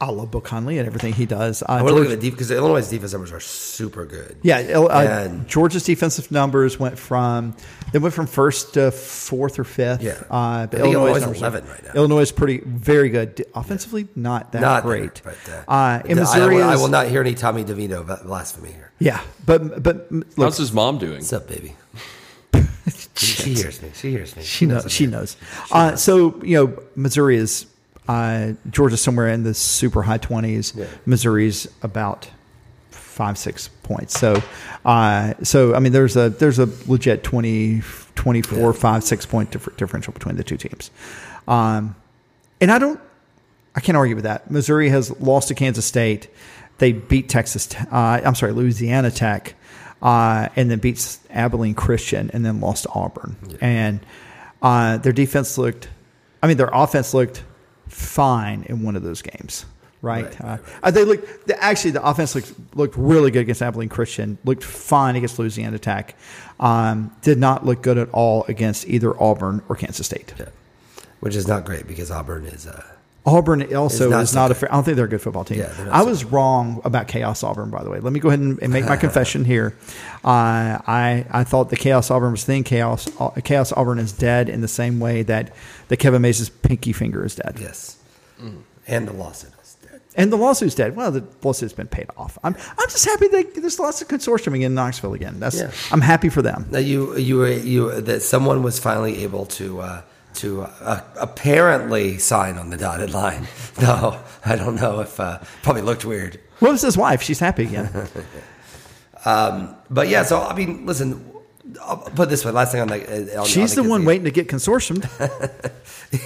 I love Bill Conley and everything he does. Uh, I,
I want to look at the deep because Illinois' defense numbers are super good.
Um, yeah, L- uh,
And-
Georgia's defensive numbers went from they went from first to fourth or fifth.
Yeah.
uh,
I
but
think
Illinois
Illinois is
numbers are-
11 right now.
Illinois is pretty very good D- offensively, not that
not
great.
great. But, uh,
uh, and
I-
Missouri
I, will, I
is-
will not hear any Tommy DeVito ba- blasphemy here.
Yeah, but but look,
How's his mom doing?
What's up, baby? she hears me. She hears me.
She knows.
I'm
She
here.
knows. Uh, so you know, Missouri is uh, Georgia somewhere in the super high twenties. Missouri's about five six points. So, uh, so I mean, there's a there's a legit 20, 24, five six point differ- differential between the two teams. Um, and I don't, I can't argue with that. Missouri has lost to Kansas State. They beat Texas. Te- Uh, I'm sorry, Louisiana Tech, uh, and then beats Abilene Christian, and then lost to Auburn. And uh, their defense looked, I mean, their offense looked fine in one of those games. Right, uh,
Right,
uh, they looked the, actually the offense looked, looked really good against Abilene Christian. Looked fine against Louisiana Tech. Um, did not look good at all against either Auburn or Kansas State.
Yeah. Which is not great because Auburn is. Uh,
Auburn also
It's not
is not a
so
fair. I don't think they're a good football team.
Yeah, they're not
I
so
was wrong about Chaos Auburn, by the way. Let me go ahead and, and make my confession here. Uh, I I thought the Chaos Auburn was thin. Chaos Au- Chaos Auburn is dead in the same way that the Kevin Mays' pinky finger is dead,
yes.
Mm.
And the lawsuit is dead.
and the lawsuit's dead. Well, the lawsuit's been paid off. I'm I'm just happy that there's lots of consortiuming in Knoxville again. That's
Yeah.
I'm happy for them.
Now you you were you that someone was finally able to uh, to uh, apparently sign on the dotted line. No, I don't know if uh, probably looked weird,
Well, it's his wife. She's happy again.
but yeah. So I mean, listen. I'll put it this way. Last thing on the uh, on,
She's the
on
one
Kazee
waiting to get consortiumed.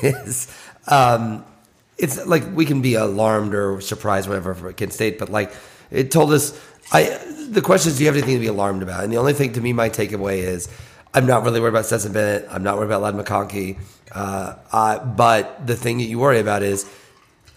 is um, it's like we can be alarmed or surprised whatever for Kent State, but like it told us. I the question is, do you have anything to be alarmed about? And the only thing to me, my takeaway is, I'm not really worried about Stetson Bennett. I'm not worried about Lad McConkey. Uh, I, but the thing that you worry about is.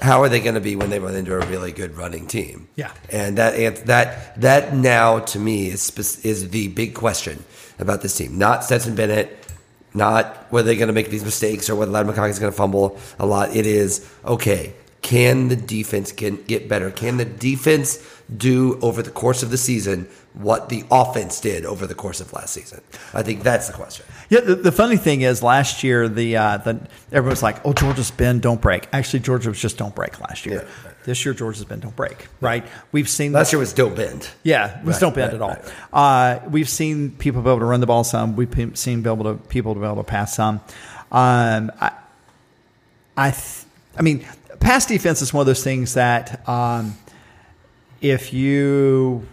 How are they going to be when they run into a really good running team?
Yeah.
and that and that that now to me is spec- is the big question about this team. Not Stetson Bennett, not whether they're going to make these mistakes or whether Lad McConkey is going to fumble a lot. It is okay. Can the defense can get better? Can the defense do over the course of the season what the offense did over the course of last season? I think that's the question.
Yeah, the, the funny thing is, last year the uh, the everyone was like, "Oh, Georgia's bend don't break." Actually, Georgia was just don't break last year.
Yeah.
This year, Georgia's bend don't break. Right? We've seen
Last year was Don't Bend.
yeah, it was
Right,
don't bend
right,
at all.
right,
Uh, we've seen people be able to run the ball some. We've pe- seen be able to people to be able to pass some. Um, I, I, th- I mean, pass defense is one of those things that um, if you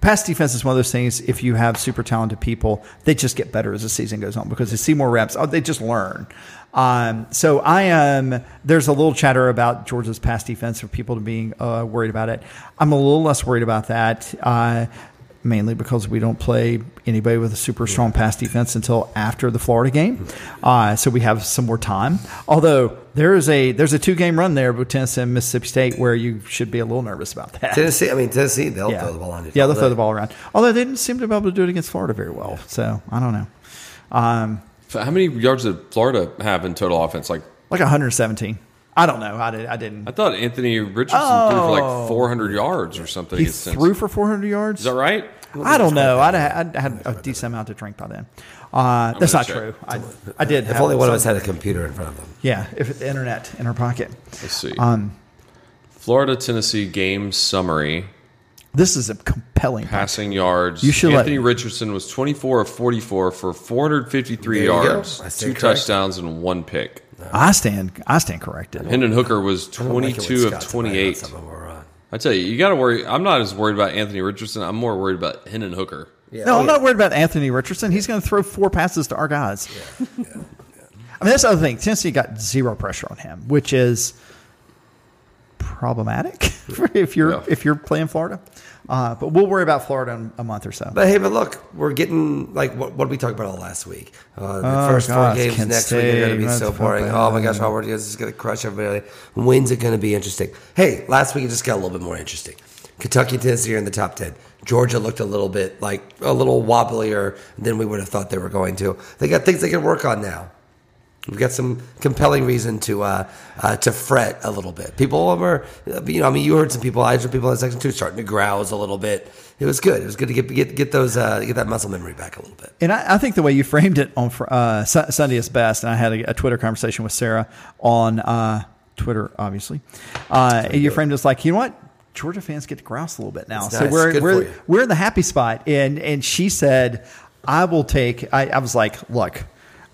pass defense is one of those things. If you have super talented people, they just get better as the season goes on because they see more reps. Oh, they just learn. Um, so I am. There's a little chatter about Georgia's pass defense for people to being uh, worried about it. I'm a little less worried about that. Uh, mainly because we don't play anybody with a super strong pass defense until after the Florida game. Uh, so we have some more time. Although there is a there's a two game run there with Tennessee and Mississippi State where you should be a little nervous about that.
Tennessee, I mean Tennessee, they'll
yeah.
throw the ball on you.
Yeah, they'll
all
throw
day.
the ball around. Although they didn't seem to be able to do it against Florida very well. So I don't know. Um,
So How many yards did Florida have in total offense? Like
like 117. I don't know. I, did, I didn't.
I thought Anthony Richardson threw for like 400 yards or something.
Oh. He
against Tennessee.
threw for 400 yards.
Is that right?
I don't know. I'd, I'd had a decent amount to drink by then. Uh, that's
gonna
not
check.
true. I, I did.
If only one of us had a computer in front of them.
Yeah, if the internet in her pocket.
Let's see.
Um,
Florida Tennessee game summary
This is a compelling.
passing yards.
You should let-
Anthony Richardson was 24 of 44 for 453
There you go.
yards,
I
two
stand corrected.
touchdowns, and one pick.
I stand. I stand corrected.
Hendon Hooker was
I'm working with
22 of
Scott tonight on
28.
some of them we're on.
I tell you, you got to worry. I'm not as worried about Anthony Richardson. I'm more worried about Hendon Hooker.
Yeah.
No,
Oh,
I'm
yeah.
not worried about Anthony Richardson. He's going to throw four passes to our guys. I mean, that's the other thing. Tennessee got zero pressure on him, which is problematic for if you're
Yeah.
if you're playing Florida. Uh, but we'll worry about Florida in a month or so.
But hey, but look, we're getting like what, what did we talked about all last week. Uh, the
Oh,
first
God,
four games
Kent
next week are going
State,
to be
that's
so boring.
so
Oh my
bad.
gosh, Howard Hughes is going to crush everybody. When's it going to be interesting? Hey, last week it just got a little bit more interesting. Kentucky, Tennessee are in the top ten. Georgia looked a little bit like a little wobblier than we would have thought they were going to. They got things they can work on now. We've got some compelling reason to uh, uh, to fret a little bit. People were, you know, I mean, you heard some people, I heard some people in section two starting to grouse a little bit. It was good. It was good to get get get those uh, get that muscle memory back a little bit.
And I, I think the way you framed it on fr- uh, Su- Sunday is best. And I had a, a Twitter conversation with Sarah on uh, Twitter, obviously. Uh, you framed it as like, you know what? Georgia fans get to grouse a little bit now.
It's
so
nice.
we're
Good for
we're
you.
we're in the happy spot. And and she said, I will take. I, I was like, look,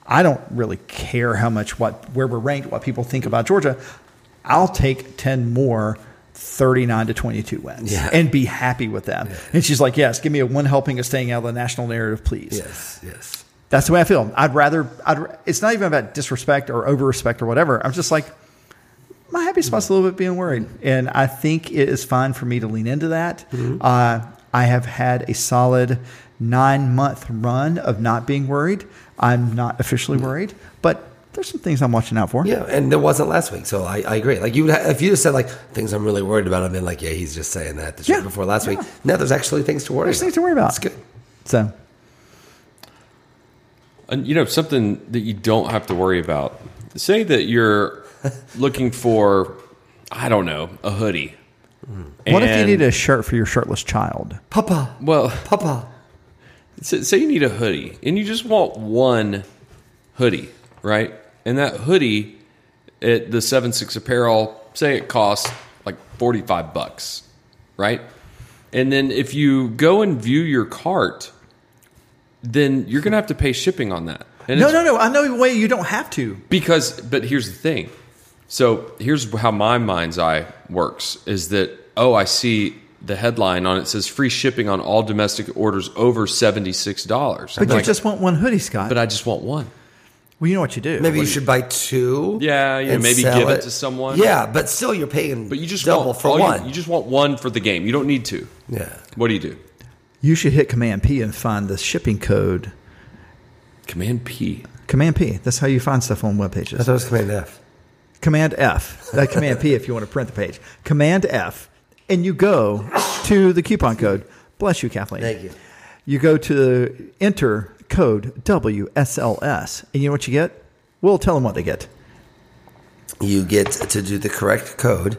I don't really care how much what where we're ranked, what people think about Georgia. I'll take ten more. 39 to 22 wins
Yeah.
and be happy with them. And she's like, Yes, give me a one helping of staying out of the national narrative, please.
Yes, yes.
That's the way I feel. I'd rather. I'd, it's not even about disrespect or over respect or whatever. I'm just like my happy spot's a little bit being worried, and I think it is fine for me to lean into that.
Mm-hmm.
Uh, I have had a solid nine month run of not being worried. I'm not officially
Mm-hmm.
worried, but there's some things I'm watching out for.
Yeah, and there wasn't last week, so I, I agree. Like you, would ha- if you just said like things I'm really worried about, I've been like, yeah, he's just saying that. The
Yeah,
yeah, before last
yeah.
week. Now there's actually things to worry.
There's
about.
things to worry about.
It's good.
So
And you know, something that you don't have to worry about. Say that you're looking for, I don't know, a hoodie.
what if you
And-
need a shirt for your shirtless child?
Papa,
Well,
Papa.
say say you need a hoodie and you just want one hoodie, right? And that hoodie at the seven six apparel, say it costs like 45 bucks, right? And then if you go and view your cart, then you're going to have to pay shipping on that. And
No,
it's
no, no. I know a way you don't have to.
because but here's the thing so here's how my mind's eye works is that oh i see the headline on it says free shipping on all domestic orders over $76
But
I'm
you
like,
just want one hoodie, Scott.
but i just want one
well, you know what you do.
Maybe you should buy two.
Yeah, you know,
and
maybe
sell
give it to someone.
Yeah, but still, you're paying.
but you just
double
want
for
all you-
one.
you, just want one for the game you don't need to
yeah.
what do you do
You should hit Command P and find the shipping code.
command p
Command P. That's how you find stuff on web
I
pages.
thought it was Command F.
Command F. That Command P if you want to print the page. Command F, and you go to the coupon code. Bless you, Kathleen.
Thank you.
You go to enter code WSLS, and you know what you get? We'll tell them what they get.
You get to do the correct code.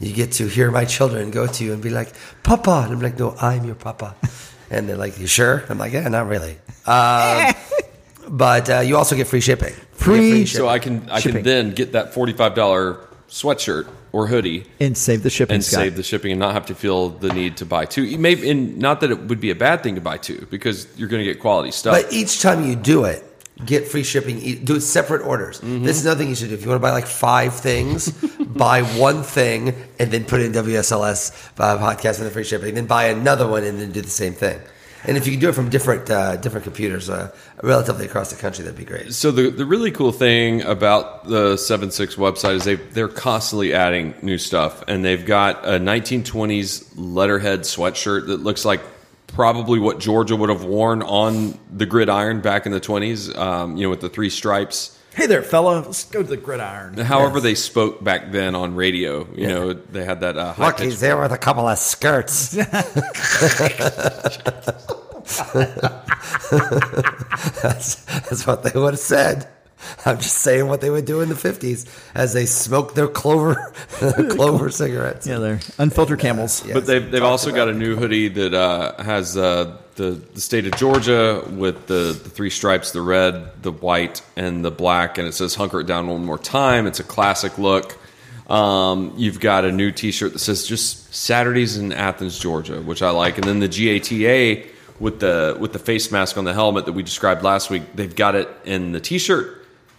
You get to hear my children go to you and be like, Papa. And I'm like, no, I'm your Papa. And they're like, you sure? I'm like, yeah, not really. Um, but uh, you also get free shipping.
Free-
You get
Shipping.
so i can i
Shipping.
can then get that $45 sweatshirt or hoodie
And save the shipping.
and
Scott.
save the shipping and not have to feel the need to buy two. You may and not that it would be a bad thing to buy two because you're going to get quality stuff.
But each time you do it, get free shipping. E- Do separate orders. This is another thing you should do. If you want to buy like five things, buy one thing and then put it in WSLS uh, podcast and the free shipping. Then buy another one and then do the same thing. And if you can do it from different uh, different computers, uh, relatively across the country, that'd be great.
So the the really cool thing about the seven six website is they they're constantly adding new stuff, and they've got a 1920s letterhead sweatshirt that looks like probably what Georgia would have worn on the gridiron back in the 20s, um, you know, with the three stripes.
Hey there, fella. Let's go to the gridiron.
However, they spoke back then on radio. You know, they had that uh, high
Lucky
pitch.
there with a couple of skirts. that's, that's what they would have said. I'm just saying what they would do in the 50s as they smoked their clover their clover cigarettes.
Yeah, there. Unfiltered camels.
But they've, they've also got a new hoodie that uh, has uh, the, the state of Georgia with the, the three stripes the red, the white, and the black. And it says hunker it down one more time. It's a classic look. Um, you've got a new t shirt that says just Saturdays in Athens, Georgia, which I like. And then the GATA with the, with the face mask on the helmet that we described last week, they've got it in the t shirt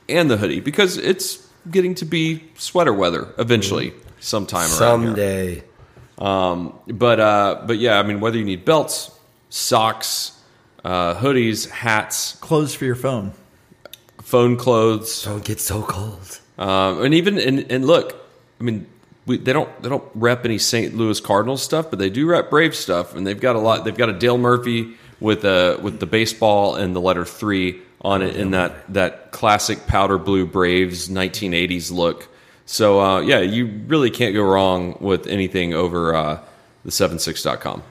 and the hoodie because it's getting to be sweater weather eventually, sometime around here.
Someday.
But uh, but yeah, I mean, whether you need belts, socks, uh, hoodies, hats,
Clothes for your phone.
phone clothes,
Don't get so cold.
um, and even and, and look, I mean, we, they don't they don't rep any St. Louis Cardinals stuff, but they do rep Brave stuff, and they've got a lot. They've got a Dale Murphy with uh with the baseball and the letter three on it in that that classic powder blue Braves 1980s look. So uh, yeah, you really can't go wrong with anything over uh, the 76.com.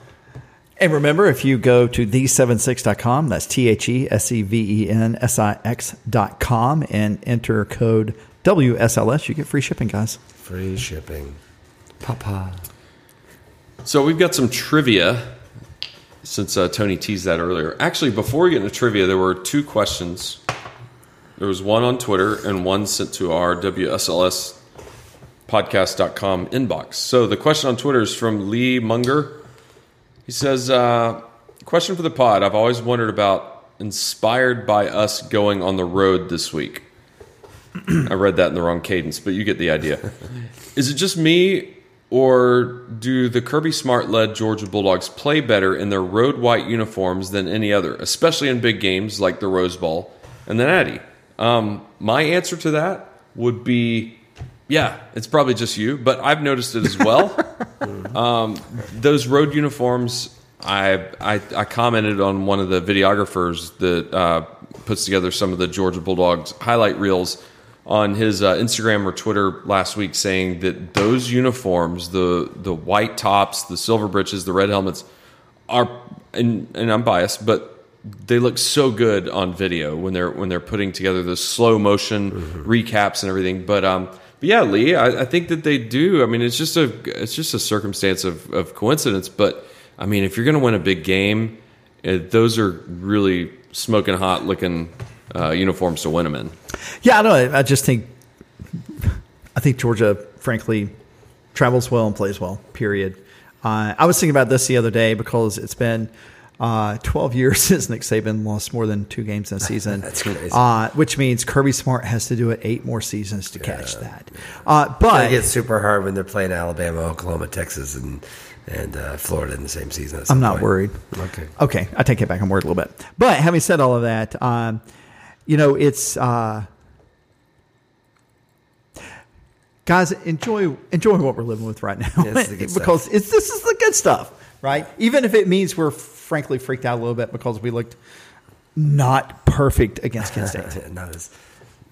And remember, if you go to the76.com, that's T H E S E V E N S I X.com, and enter code WSLS, you get free shipping, guys.
Free shipping. Papa.
So we've got some trivia since uh, Tony teased that earlier. Actually, before we get into trivia, there were two questions. There was one on Twitter and one sent to our WSLS podcast.com inbox. So the question on Twitter is from Lee Munger. He says, uh, Question for the pod. I've always wondered about inspired by us going on the road this week. I read that in the wrong cadence, but you get the idea. Is it just me, or do the Kirby Smart led Georgia Bulldogs play better in their road white uniforms than any other, especially in big games like the Rose Bowl and the Natty? Um, my answer to that would be yeah, it's probably just you, but I've noticed it as well. um, those road uniforms, I, I I commented on one of the videographers that uh, puts together some of the Georgia Bulldogs highlight reels on his uh, Instagram or Twitter last week, saying that those uniforms, the the white tops, the silver breeches, the red helmets, are and and I'm biased, but they look so good on video when they're when they're putting together the slow motion recaps and everything. But um, but yeah, Lee, I, I think that they do. I mean, it's just a it's just a circumstance of of coincidence. But I mean, if you're going to win a big game, uh, those are really smoking hot looking uh, uniforms to win them in.
Yeah, I know. I- I just think, I think Georgia, frankly, travels well and plays well. Period. Uh, I was thinking about this the other day because it's been uh, 12 years since Nick Saban lost more than two games in a season.
That's crazy.
Uh, which means Kirby Smart has to do it eight more seasons to catch that. Uh, but
It gets super hard when they're playing Alabama, Oklahoma, Texas, and and uh, Florida in the same season. at some
I'm not
point.
worried.
Okay.
Okay, I take it back. I'm worried a little bit. But having said all of that, um, you know, it's uh, guys enjoy enjoy what we're living with right now
it's the good stuff.
because it's this is the good stuff, right? Even if it means we're frankly freaked out a little bit because we looked not perfect against Kent State.
not as.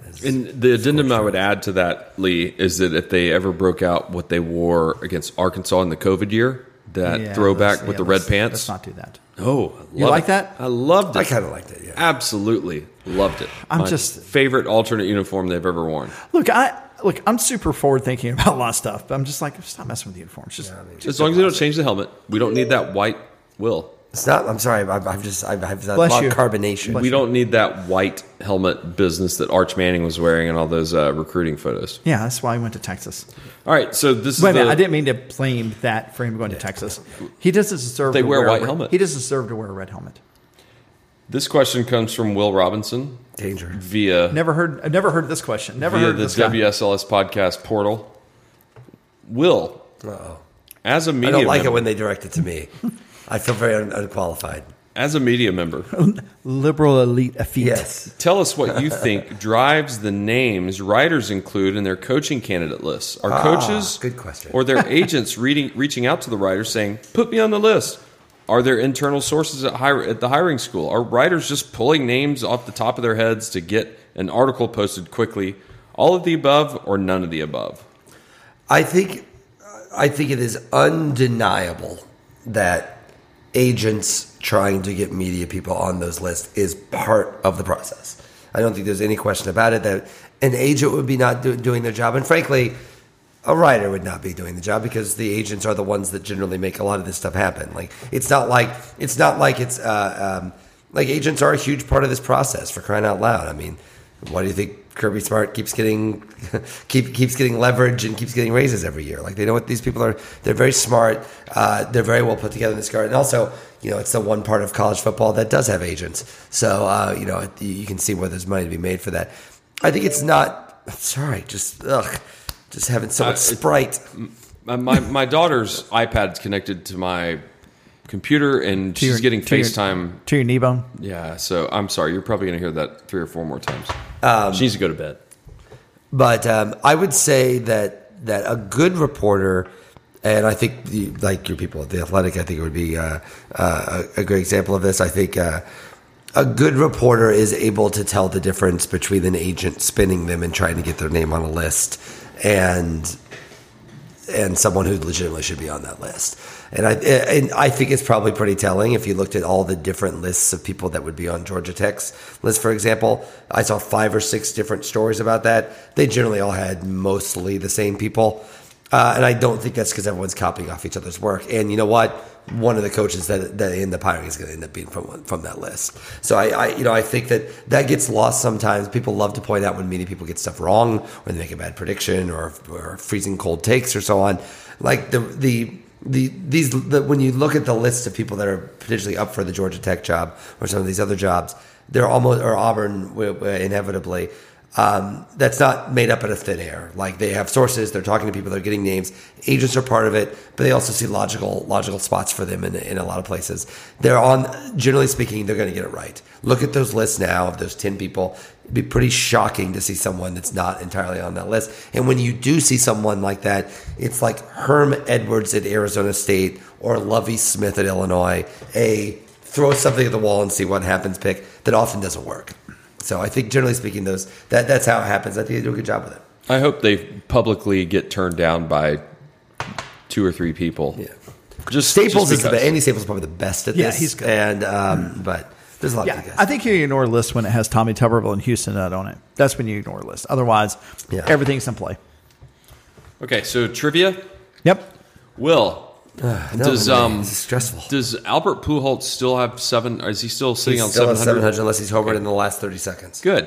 as
And the addendum I would add to that, Lee, is that if they ever broke out what they wore against Arkansas in the COVID year, that
Yeah,
throwback
let's-
with
yeah,
the red
let's- Let's
pants.
not do that.
Oh, I
You
love
like
it.
that?
I loved it.
I kind of liked it. Yeah.
Absolutely loved it.
I'm
My
just-
favorite alternate uniform they've ever worn.
Look, I look. I'm super forward thinking about a lot of stuff, but I'm just like, stop messing with the uniforms. Just
As long as they don't change the helmet, we don't need that white will.
It's not. I'm sorry. I've, I've just. I've, I've that
Bless
lot
you.
of carbonation.
We don't need that white helmet business that Arch Manning was wearing in all those uh, recruiting photos.
yeah, that's why I went to Texas.
All right, so this
Wait a
is the,
minute, I didn't mean to blame that for him going to Texas. He doesn't deserve.
They
to
wear
wear
a
a
white
red-
helmet.
He doesn't deserve to wear a red helmet.
this question comes from Will Robinson
danger.
via
Never heard. I've never heard this question. Never
via
heard
the
this guy.
WSLS podcast portal. Will,
Uh-oh.
as a
I
media
don't like it
member,
when they direct it to me. I feel very un- unqualified.
as a media member,
liberal elite effete.
Yes.
Tell us what you think drives the names writers include in their coaching candidate lists. Are coaches
Ah, good question.
or their agents reading reaching out to the writers saying, "Put me on the list," Are there internal sources at, hire, at the hiring school? Are writers just pulling names off the top of their heads to get an article posted quickly? All of the above or none of the above?
I think I think it is undeniable that agents trying to get media people on those lists is part of the process. I don't think there's any question about it that an agent would be not do, doing their job, and frankly, a writer would not be doing the job because the agents are the ones that generally make a lot of this stuff happen. Like it's not like it's not like it's uh, um, like agents are a huge part of this process for crying out loud. I mean, why do you think Kirby Smart keeps getting keep, keeps getting leverage and keeps getting raises every year? Like they know what these people are. They're very smart. Uh, they're very well put together in this guard. And also, you know, it's the one part of college football that does have agents. So uh, you know, you you can see where there's money to be made for that. I think it's not. Sorry, just ugh, just having so much
Uh, it-
sprite.
My, Uh, my, my daughter's iPad's connected to my computer and
To
she's
your-
getting
to your-
FaceTime.
to your knee bone.
Yeah, so I'm sorry. You're probably going to hear that three or four more times.
Um,
she needs to go to bed.
But um, I would say that that a good reporter, and I think the, like your people at the Athletic, I think it would be uh, uh, a a great example of this. I think uh, a good reporter is able to tell the difference between an agent spinning them and trying to get their name on a list, and and someone who legitimately should be on that list. And I and I think it's probably pretty telling if you looked at all the different lists of people that would be on Georgia Tech's list, for example. I saw five or six different stories about that. They generally all had mostly the same people, uh, and I don't think that's because everyone's copying off each other's work. And you know what? One of the coaches that that end up hiring is going to end up being from from that list. So I, I you know I think that that gets lost sometimes. People love to point out when media people get stuff wrong, when they make a bad prediction or or freezing cold takes or so on. Like the the the these the, when you look at the list of people that are potentially up for the Georgia Tech job or some of these other jobs, they're almost or Auburn w- w- inevitably. Um, that's not made up out of thin air. Like they have sources, they're talking to people, they're getting names. Agents are part of it, but they also see logical logical spots for them in, in a lot of places. They're on. Generally speaking, they're going to get it right. Look at those lists now of those ten people. It'd be pretty shocking to see someone that's not entirely on that list. And when you do see someone like that, it's like Herm Edwards at Arizona State or Lovey Smith at Illinois. A throw something at the wall and see what happens. Pick that often doesn't work. So I think generally speaking, those that that's how it happens. I think they do a good job with it.
I hope they publicly get turned down by two or three people.
Yeah.
Just
Staples
just
is the
because.
best. Andy Staples is probably the best at
Yeah,
this.
he's good.
And um, but there's a lot of
Yeah,
good guys.
I think you ignore a list when it has Tommy Tuberville and Houston Nutt on it. That's when you ignore a list. Otherwise,
Yeah.
everything's in play.
Okay, so trivia.
Yep.
Will
No,
does
man,
um
this is stressful.
does Albert Pujols still have seven? Is he still sitting
He's
on
still at
seven
700
hundred?
unless he's homered in the last 30 seconds.
Good.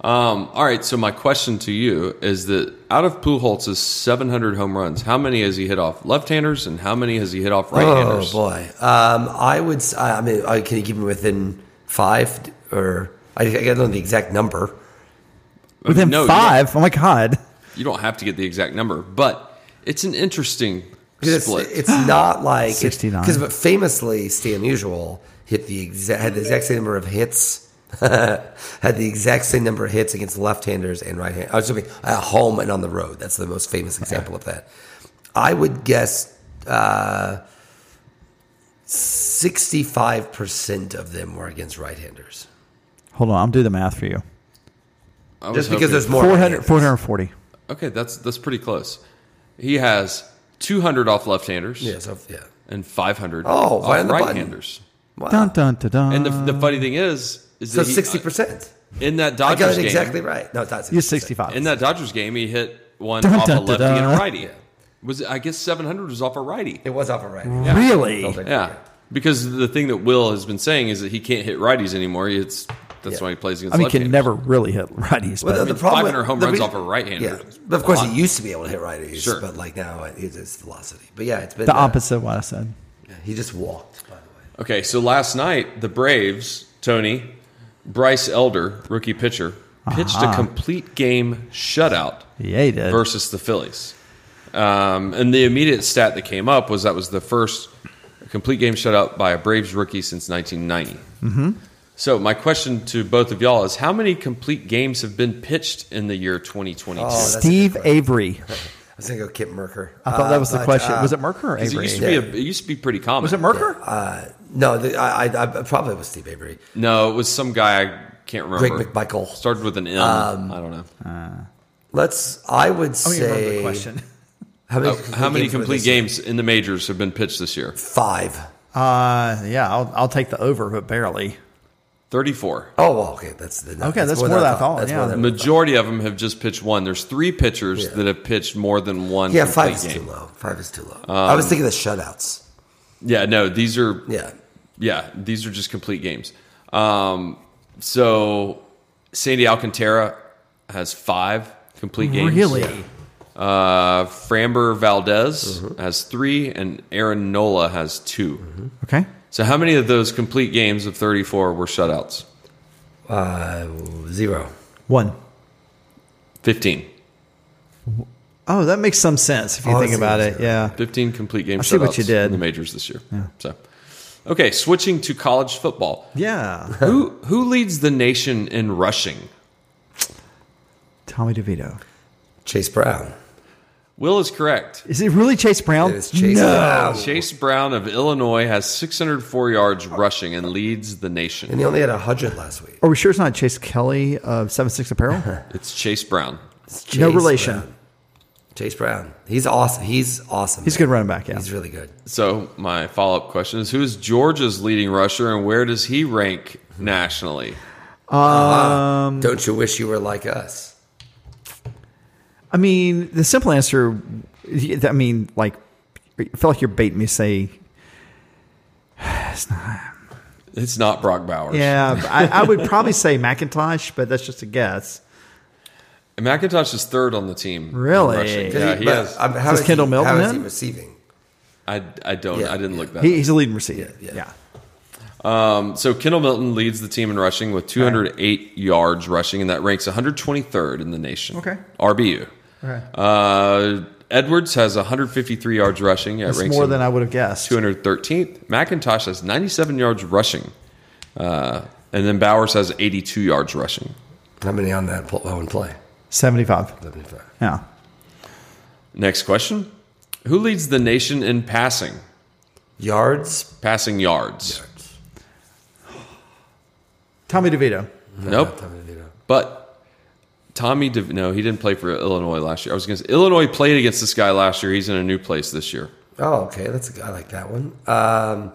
Um, all right. So my question to you is that out of Pujols' seven hundred home runs, how many has he hit off left-handers, and how many has he hit off
Oh
right-handers?
boy. Um, I would. s- I I mean, I- can you give me within five or I, I don't know the exact number.
I mean,
Within
no, you don't-
five. Oh my god.
You don't have to get the exact number, but it's an interesting
'Cause It's,
split.
it's not like
69.
Because famously, Stan Musial hit the exact had the exact same number of hits, had the exact same number of hits against left-handers and right-handers. I was assuming at home and on the road. That's the most famous example of that. I would guess uh, sixty-five percent of them were against right-handers,
Hold on, I'll do the math for you.
I was
just because
hoping-
there's more
400,
right-handers.
440.
okay, that's that's pretty close. He has 200 off left-handers
Yeah, so yeah.
and 500
Oh, right on
off
the button.
right-handers.
Wow.
Dun, dun, dun, dun.
Uh, And the, the funny thing is, is
so
that he-
sixty percent.
in that
I got
Dodgers
it
game.
exactly right. No, it's not. 60%.
You're 65.
In that Dodgers game, he hit one
Dun,
off
dun,
a
dun,
lefty and a
dun.
righty. Was it- I guess 700 was off a righty.
It was off a right.
Really?
Yeah, because the thing that Will has been saying is that he can't hit righties anymore. It's that's why he plays against.
I mean, you can never
left-handers.
really hit righties.
Well,
but-
the
mean,
problem
500 home
the
runs
re-
off a right-hander
Yeah,
is
but of course
a
he
lot.
used to be able to hit righties.
Sure.
but like now it is his velocity. But yeah, it's been
the
uh,
opposite of what I said.
He just walked. By the way,
Okay, so last night the Braves, Tony, Bryce Elder, rookie pitcher, pitched
Uh-huh.
a complete game shutout
Yeah, he did.
versus the Phillies. Um, and the immediate stat that came up was that was the first complete game shutout by a Braves rookie since 1990. Mm-hmm. So my question to both of y'all is: How many complete games have been pitched in the year 2022?
Oh, that's a good
Steve
question.
Avery.
was going to go Kip Merker.
I thought that was the
Uh, but,
question.
uh,
was it Merker or
'Cause It
Avery?
used to be a, it used to be pretty common.
Was it Merker?
Uh, no, the, I, I, I probably was Steve Avery.
No, it was some guy I can't
Greg
remember.
McMichael.
Started with an M.
Um,
I don't know.
Let's. I would
I don't even remember the
say
question.
how many,
Oh, how many
games were
complete
this?
games in the majors have been pitched this year?
Five.
Uh, yeah, I'll, I'll take the over, but barely.
34.
Oh, well, okay. That's the,
Okay, that's more than I thought,
That's
yeah.
more than
Majority of them have just pitched one. There's three pitchers
Yeah.
that have pitched more than one.
yeah, five is
complete
too
game. Um,
low. Five is too low. I was thinking the shutouts.
Yeah, no, these are
Yeah.
yeah, these are just complete games. Um, so Sandy Alcantara has five complete games.
Really?
Uh, Framber Valdez has three, and Aaron Nola has 2
Okay.
So, how many of those complete games of 34 were shutouts?
Uh, zero.
One.
15.
Oh, that makes some sense if you
Oh,
think
that's
about
easy.
it. Yeah.
15 complete game
I see what
shutouts
you did.
in the majors this year. So, okay, switching to college football.
Yeah.
who who leads the nation in rushing?
Tommy DeVito.
Chase Brown.
Will is correct.
Is it really Chase Brown?
It is Chase
no.
Brown.
Chase Brown of Illinois has 604 yards rushing and leads the nation.
And he only had 100 last week.
Are we sure it's not Chase Kelly of Seven Six Apparel?
It's Chase Brown.
It's
no
Chase
relation.
Brown. Chase Brown. He's awesome. He's awesome.
He's a good running back. Yeah.
He's really good.
So my follow up question is: Who is Georgia's leading rusher, and where does he rank nationally?
Um,
Don't you wish you were like us?
I mean, the simple answer. I mean, like, I feel like you're baiting me to say. It's not.
It's not Brock Bowers.
Yeah, I, I would probably say Macintosh, but that's just a guess.
And McIntosh is third on the team. in
Really?
rushing.
Did
Yeah,
But,
he has.
um, how
Is
is,
Kendall
he,
Milton
How is he
in?
receiving?
I, I don't.
Yeah.
I didn't look that.
He, he's a leading receiver. Yeah,
Yeah, yeah.
Um, so Kendall Milton leads the team in rushing with 208 yards rushing, and that ranks 123rd in the nation.
Okay.
RBU.
Okay.
Uh, Edwards has 153 yards rushing. That
That's
ranks
more
him
than I would have guessed.
213th. McIntosh has 97 yards rushing, uh, and then Bowers has 82 yards rushing.
How many on that pl- one play?
Seventy-five.
75.
Yeah.
Next question: Who leads the nation in passing?
Yards?
Passing yards.
Tommy DeVito.
Nope.
Tommy DeVito.
But Tommy, De- no, he didn't play for Illinois last year. I was going to say Illinois played against this guy last year. He's in a new place this year.
Oh, okay. That's a good- I like that one. Um,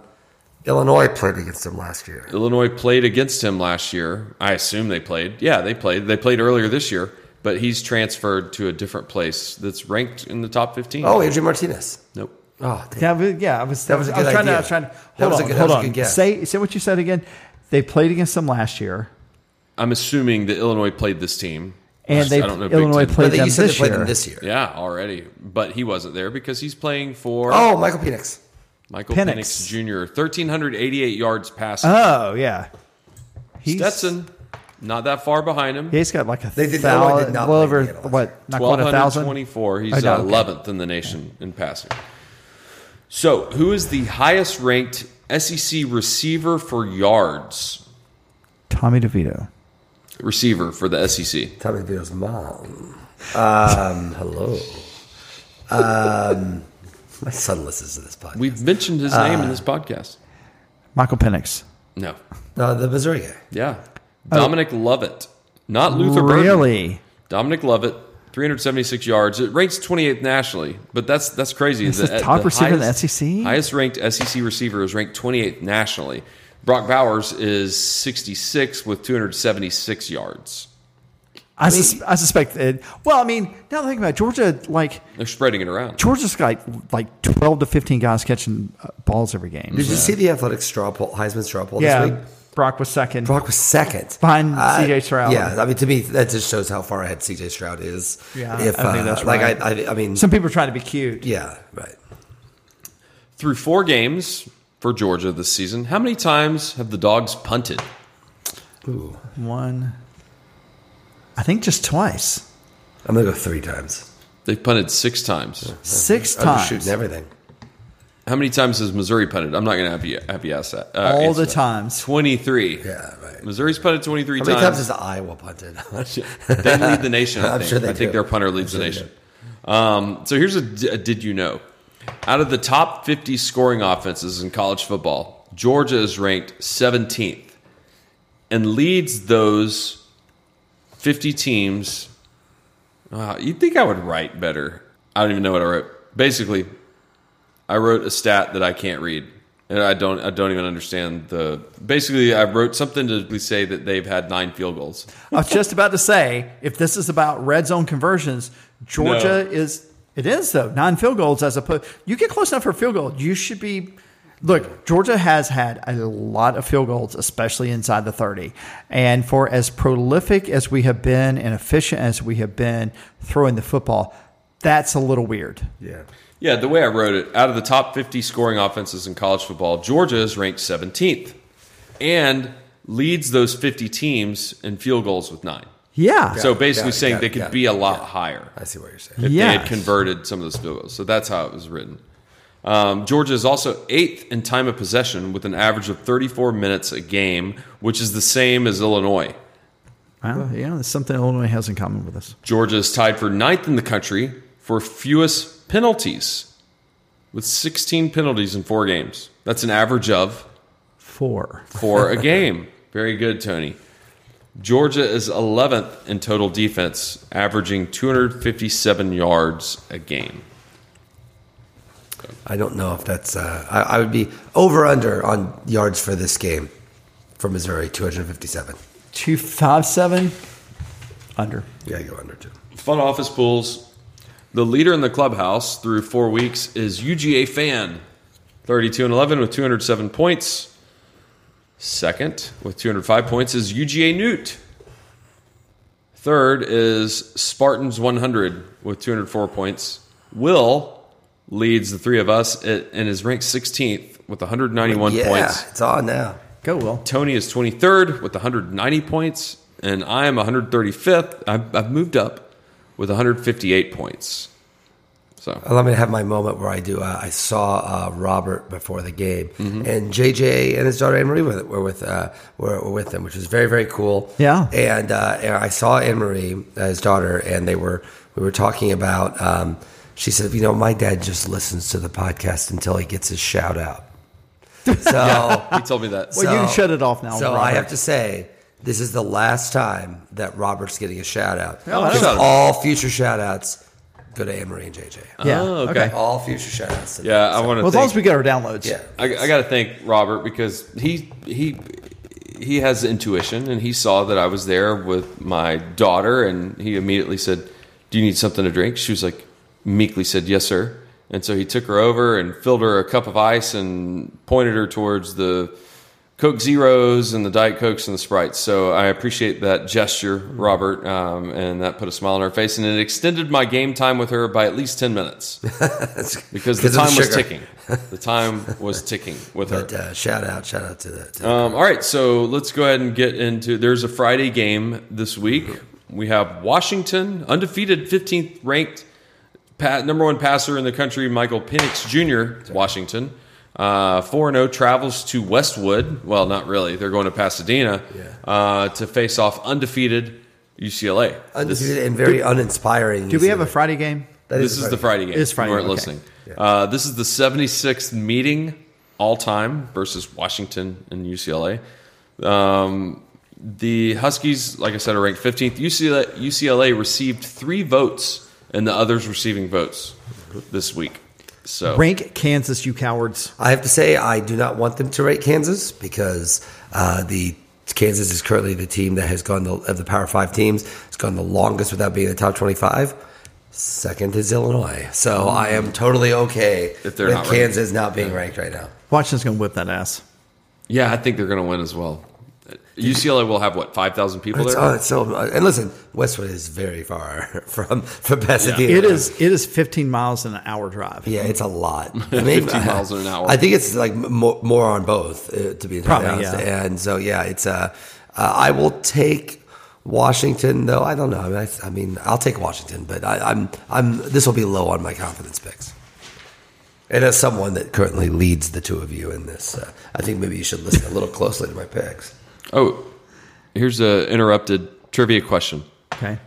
Illinois played against him last year.
Illinois played against him last year. I assume they played. Yeah, they played. They played earlier this year, but he's transferred to a different place that's ranked in the top 15.
Oh, Adrian Martinez.
nope.
Oh, damn.
Yeah, I was- yeah. I was.
That was a
I was
good
trying to. I
idea.
was trying to. Hold
That was a
on.
good- that
hold
was a
on.
good guess.
Say say what you said again. They played against them last year,
I'm assuming that Illinois played this team.
and they
I don't know Big
Illinois
Ten.
played
But they,
them
you said
this
they played
year.
them this year.
Yeah, already. But he wasn't there because he's playing for
Oh, Michael Penix.
Michael Penix.
Penix.
Jr. 1,388 yards passing.
Oh yeah. He's,
Stetson, not that far behind him.
He's got like a
They did- Illinois
thousand.
did not
Well
play
over
the Gator last year.
what? Not quite a thousand.
1,224. He's
Oh, no,
uh,
okay.
11th in the nation in passing. So, who is the highest ranked SEC receiver for yards?
Tommy DeVito.
Receiver for the E SEC.
Tommy DeVito's mom. Um, hello. Um, my son listens to this podcast.
We've mentioned his name
Uh,
in this podcast.
Michael Penix.
No.
no, the Missouri guy.
Yeah. Dominic Lovett. Not Luther Burden.
Oh. Really?
Dominic Lovett, 376 yards. It ranks 28th nationally, but that's that's crazy. uh,
It's the top receiver in the E SEC?
Highest ranked SEC receiver is ranked 28th nationally. Brock Bowers is 66 with 276 yards.
I, sus- I suspect it. Well, I mean, now that I think about it, Georgia, like
They're spreading it around.
Georgia's got like twelve to fifteen guys catching uh, balls every game.
Did you see the athletic straw poll, Heisman straw poll this
Yeah,
week?
Brock was second.
Brock was second. Uh,
Behind C.J. Stroud.
Yeah, I mean, to me, that just shows how far ahead CJ Stroud is.
Yeah,
if,
I think
uh,
that's
like
right.
I, I, I mean,
Some people are trying to be cute.
yeah, right.
Through four games for Georgia this season, how many times have the dogs punted?
Ooh,
One, I think just twice,
I'm gonna go three times.
They've punted six times.
six
I'm just oh,
times,
shooting everything.
How many times has Missouri punted? I'm not going to have you, have you ask that. Uh,
all
answer
the
that.
times.
23.
Yeah, right.
Missouri's punted 23
How many
times
times has Iowa punted?
they lead the nation. I
I'm
think.
sure they
I think
do.
their punter leads the
sure they
nation. Um, so here's a, d- a did you know? Out of the top 50 scoring offenses in college football, Georgia is ranked 17th and leads those 50 teams. Wow, you'd think I would write better. I don't even know what I wrote. Basically, I wrote a stat that I can't read, and I don't. I don't even understand the. Basically, I wrote something to say that they've had nine field goals.
I was just about to say, if this is about red zone conversions, Georgia
No.
is it is though nine field goals as opposed. You get close enough for a field goal, you should be. Look, Georgia has had a lot of field goals, especially inside the thirty, and for as prolific as we have been and efficient as we have been throwing the football, that's a little weird.
Yeah.
Yeah, the way I wrote it, out of the top 50 scoring offenses in college football, Georgia is ranked 17th and leads those 50 teams in field goals with nine.
Yeah.
so basically
got it,
saying
got
they
it,
could
got
be
it,
a lot
yeah.
higher
I see what you're saying.
if they had
Yes.
converted some of those field goals. So that's how it was written. Um, Georgia is also eighth in time of possession with an average of 34 minutes a game, which is the same as Illinois.
well, you know, that's something Illinois has in common with us.
Georgia is tied for ninth in the country for fewest penalties, with 16 penalties in four games. That's an average of
Four.
four a game. Very good, Tony. Georgia is 11th in total defense, averaging 257 yards a game.
I don't know if that's. Uh, I, I would be over under on yards for this game for Missouri, 257.
Two five seven under.
Yeah, go under too.
Fun office pools. The leader in the clubhouse through four weeks is UGA fan, 32 and 11 with 207 points. Second with 205 points is UGA Newt. Third is Spartans 100 with 204 points. Will leads the three of us at, and is ranked 16th with 191
yeah,
points.
it's on now.
Go Will.
Tony is 23rd with 190 points, and I am 135th. I've, I've moved up with 158 points. So
Uh,
Allow me to have my moment where I do. Uh, I saw uh, Robert before the game, and JJ and his daughter Anne Marie were, were with uh, were, were with them, which was very very cool.
Yeah.
and, uh, and I saw Anne Marie, uh, his daughter, and they were we were talking about. Um, she said, "You know, my dad just listens to the podcast until he gets his shout out." So
he told me that.
Well, you can shut it off now,
So I
Robert.
have to say, this is the last time that Robert's getting a shout out.
Oh, I don't
Because
know.
all future shout outs go to Anne Marie and JJ.
Yeah.
Oh, okay.
All future shout outs.
yeah, I want to.
Well, as long as we get our downloads.
Yeah.
I, I got to thank Robert because he he he has intuition and he saw that I was there with my daughter and he immediately said, "Do you need something to drink?" She was like meekly said, "Yes, sir." And so he took her over and filled her a cup of ice and pointed her towards the Coke Zeros and the Diet Cokes and the Sprites. So I appreciate that gesture, Robert, um, and that put a smile on her face. And it extended my game time with her by at least 10 minutes because the
'Cause of the
time was
sugar.
ticking. The time was ticking with her.
But uh, shout out, shout out to the.
Uh,
To
Um, all right, so let's go ahead and get into. There's a Friday game this week. We have Washington, undefeated, 15th ranked, pa number one passer in the country, Michael Penix Jr. Washington, Uh, four and zero travels to Westwood. Well, not really. They're going to Pasadena uh, to face off undefeated UCLA.
undefeated and very uninspiring.
Do we have a Friday game?
That
This is the Friday game.
It is Friday
You weren't
game, okay.
listening. Uh, this is the 76th meeting all time versus Washington and UCLA. Um, the Huskies, like I said, are ranked 15th. UCLA, UCLA received three votes, and the others receiving votes this week. So
Rank Kansas, you cowards.
I have to say, I do not want them to rate Kansas because uh, the Kansas is currently the team that has gone the, of the Power Five teams. It's gone the longest without being in the top twenty-five. Second is Illinois, so I am totally okay
If they're
with
not ranked.
Kansas not being ranked right now.
Washington's going to whip that ass.
yeah, I think they're going to win as well. UCLA will have what 5,000 people
It's,
there.
oh, it's so, and listen, Westwood is very far from from Pasadena.
It is it is 15 miles an hour drive.
Yeah, it's a lot. I
50 miles in an hour.
I think it's like more, more on both, uh, to be
Probably,
honest.
yeah.
And so, yeah, it's. Uh, uh, I will take Washington, though. I don't know. I mean, I, I mean I'll take Washington, but I, I'm. I'm. This will be low on my confidence picks. And as someone that currently leads the two of you in this, uh, I think maybe you should listen a little closely to my picks.
Oh, here's a interrupted trivia question.
Okay.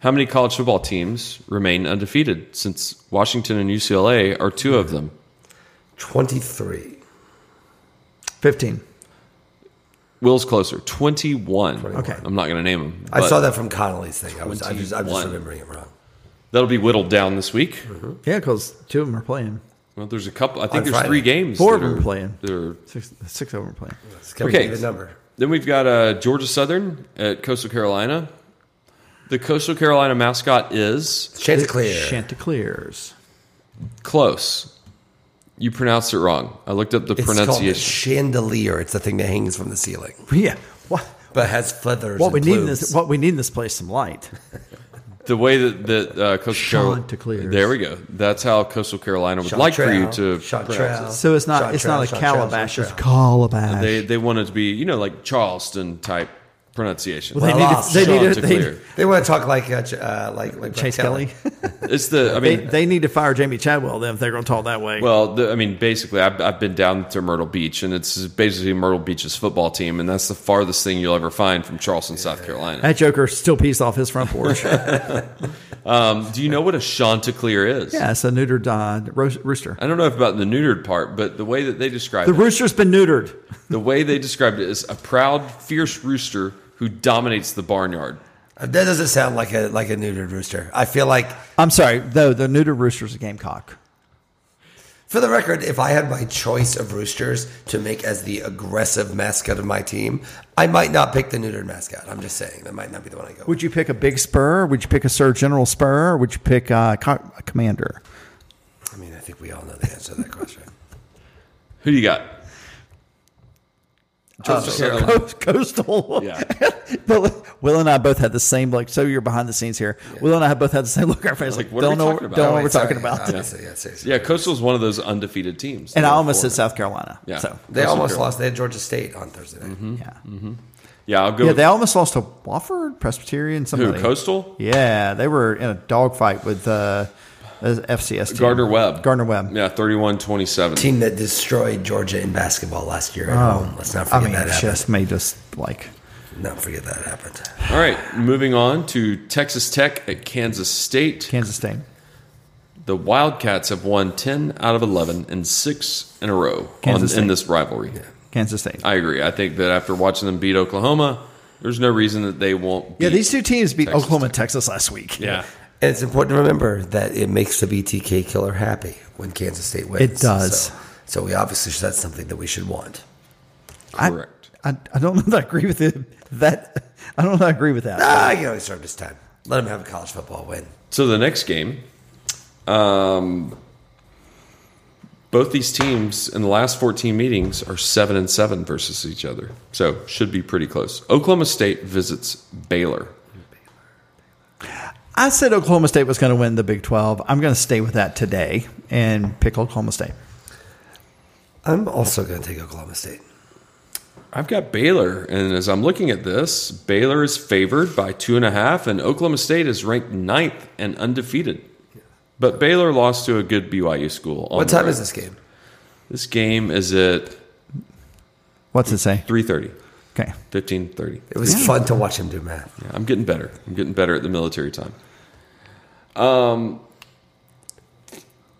How many college football teams remain undefeated since Washington and UCLA are two of them?
23.
15.
Will's closer, 21.
21.
Okay.
I'm not going to name them.
I
but
saw that from Connolly's thing. I was, I was, I was just
21.
remembering it wrong.
That'll be whittled down this week.
Yeah, because two of them are playing.
Well, there's a couple. I think
On
there's
Friday.
three games.
Four
that
of them
are-
playing.
that are-
Six, six of them are playing.
It's kind
Okay.
of a number.
Then we've got uh, Georgia Southern at Coastal Carolina. The Coastal Carolina mascot is
Chanticleer.
Chanticleers.
close. You pronounced it wrong. I looked up the
it's called a
pronunciation.
chandelier. It's the thing that hangs from the ceiling,
Yeah. What,
but has feathers.
what
and
we need in
plumes.
this? What we need in this place? Some light.
The way that, that uh, Coastal Carolina.
Chanticleers.
There we go. That's how Coastal Carolina would like for you to pronounce
Chantrell,
So it's not. it's not a
Chantrell,
calabash.
Chantrell,
It's calabash.
it. They, they want it to be, you know, like Charleston type pronunciation.
Well, they
Well,
need.
off,
To, they need. To, they,
Chanticleer.
Chantrell. They want to talk like uh, Ch- uh, like like
Chase
Brett
Kelly.
it's the, I
they,
mean,
they need to fire Jamie Chadwell then if they're going to talk that way.
Well, the, I mean, basically, I've, I've been down to Myrtle Beach, and it's basically Myrtle Beach's football team, and that's the farthest thing you'll ever find from Charleston, South Carolina.
that Joker still pissed off his front porch.
Um, do you know what a chanticleer is?
yeah, it's a neutered uh, roos- rooster.
I don't know if about the neutered part, but the way that they described
The
it,
rooster's been neutered.
the way they described it is a proud, fierce rooster who dominates the barnyard.
Uh, That doesn't sound like a like a neutered rooster. I feel like,
I'm sorry, though. The neutered rooster's a gamecock.
for the record, if I had my choice of roosters to make as the aggressive mascot of my team, I might not pick the neutered mascot. I'm just saying that might not be the one I go. With.
Would you pick a big spur? Would you pick a Sir General spur? Would you pick uh, co- a commander?
I mean, I think we all know the answer to that question.
Who do you got? Georgia Southern.
Coast, coastal.
Yeah.
But Will and I both had the same look. So you're behind the scenes here. Will and I both had the same look. on Our face like,
Like, what are
don't
we
know,
talking about?
don't know
Oh,
what
wait,
we're
sorry.
talking about.
Obviously, yeah, seriously.
Yeah, Coastal is one of those undefeated teams.
And I
There are
almost
four.
said South Carolina.
Yeah. Mm-hmm.
So
They
Coastal
almost
Carolina.
lost. They had Georgia State on Thursday night.
yeah,
Yeah, I'll go.
yeah.
with
They almost lost to Wofford Presbyterian.
who?
Somebody.
Coastal.
Yeah, they were in a dogfight with uh, a FCS team.
Gardner Webb.
Gardner Webb.
Yeah, 31 27.
Team that destroyed Georgia in basketball last year at home. Let's not
Oh, I
forget
mean,
that
it
happened.
just made us like
Not forget that happened.
All right, moving on to Texas Tech at Kansas State.
Kansas State.
The Wildcats have won 10 out of 11 and six in a row on,
Kansas State.
in this rivalry.
Kansas
Uh,
State.
I agree. I think that after watching them beat Oklahoma, there's no reason that they won't. Beat.
yeah, these two teams beat
Texas
Oklahoma and Texas last week.
Yeah.
And it's important to remember that it makes the BTK killer happy when Kansas State wins.
It does.
So, so we obviously that's something that we should want.
I-
Correct.
I, I don't know that I agree with it. That I don't know that I agree with that.
Ah, you know, he served his time. Let him have a college football win.
So the next game, um, both these teams in the last 14 meetings are 7 and 7 versus each other. So should be pretty close. Oklahoma State visits Baylor.
I said Oklahoma State was going to win the Big 12. I'm going to stay with that today and pick Oklahoma State.
I'm also going to take Oklahoma State.
I've got Baylor, and as I'm looking at this, Baylor is favored by two and a half, and Oklahoma State is ranked ninth and undefeated. But Baylor lost to a good BYU school. on
What
the
time
road.
is this game?
This game is at
What's it say?
3.30,
Okay.
15.30.
It was fun to watch him do math.
Yeah, I'm getting better. I'm getting better at the military time. Um,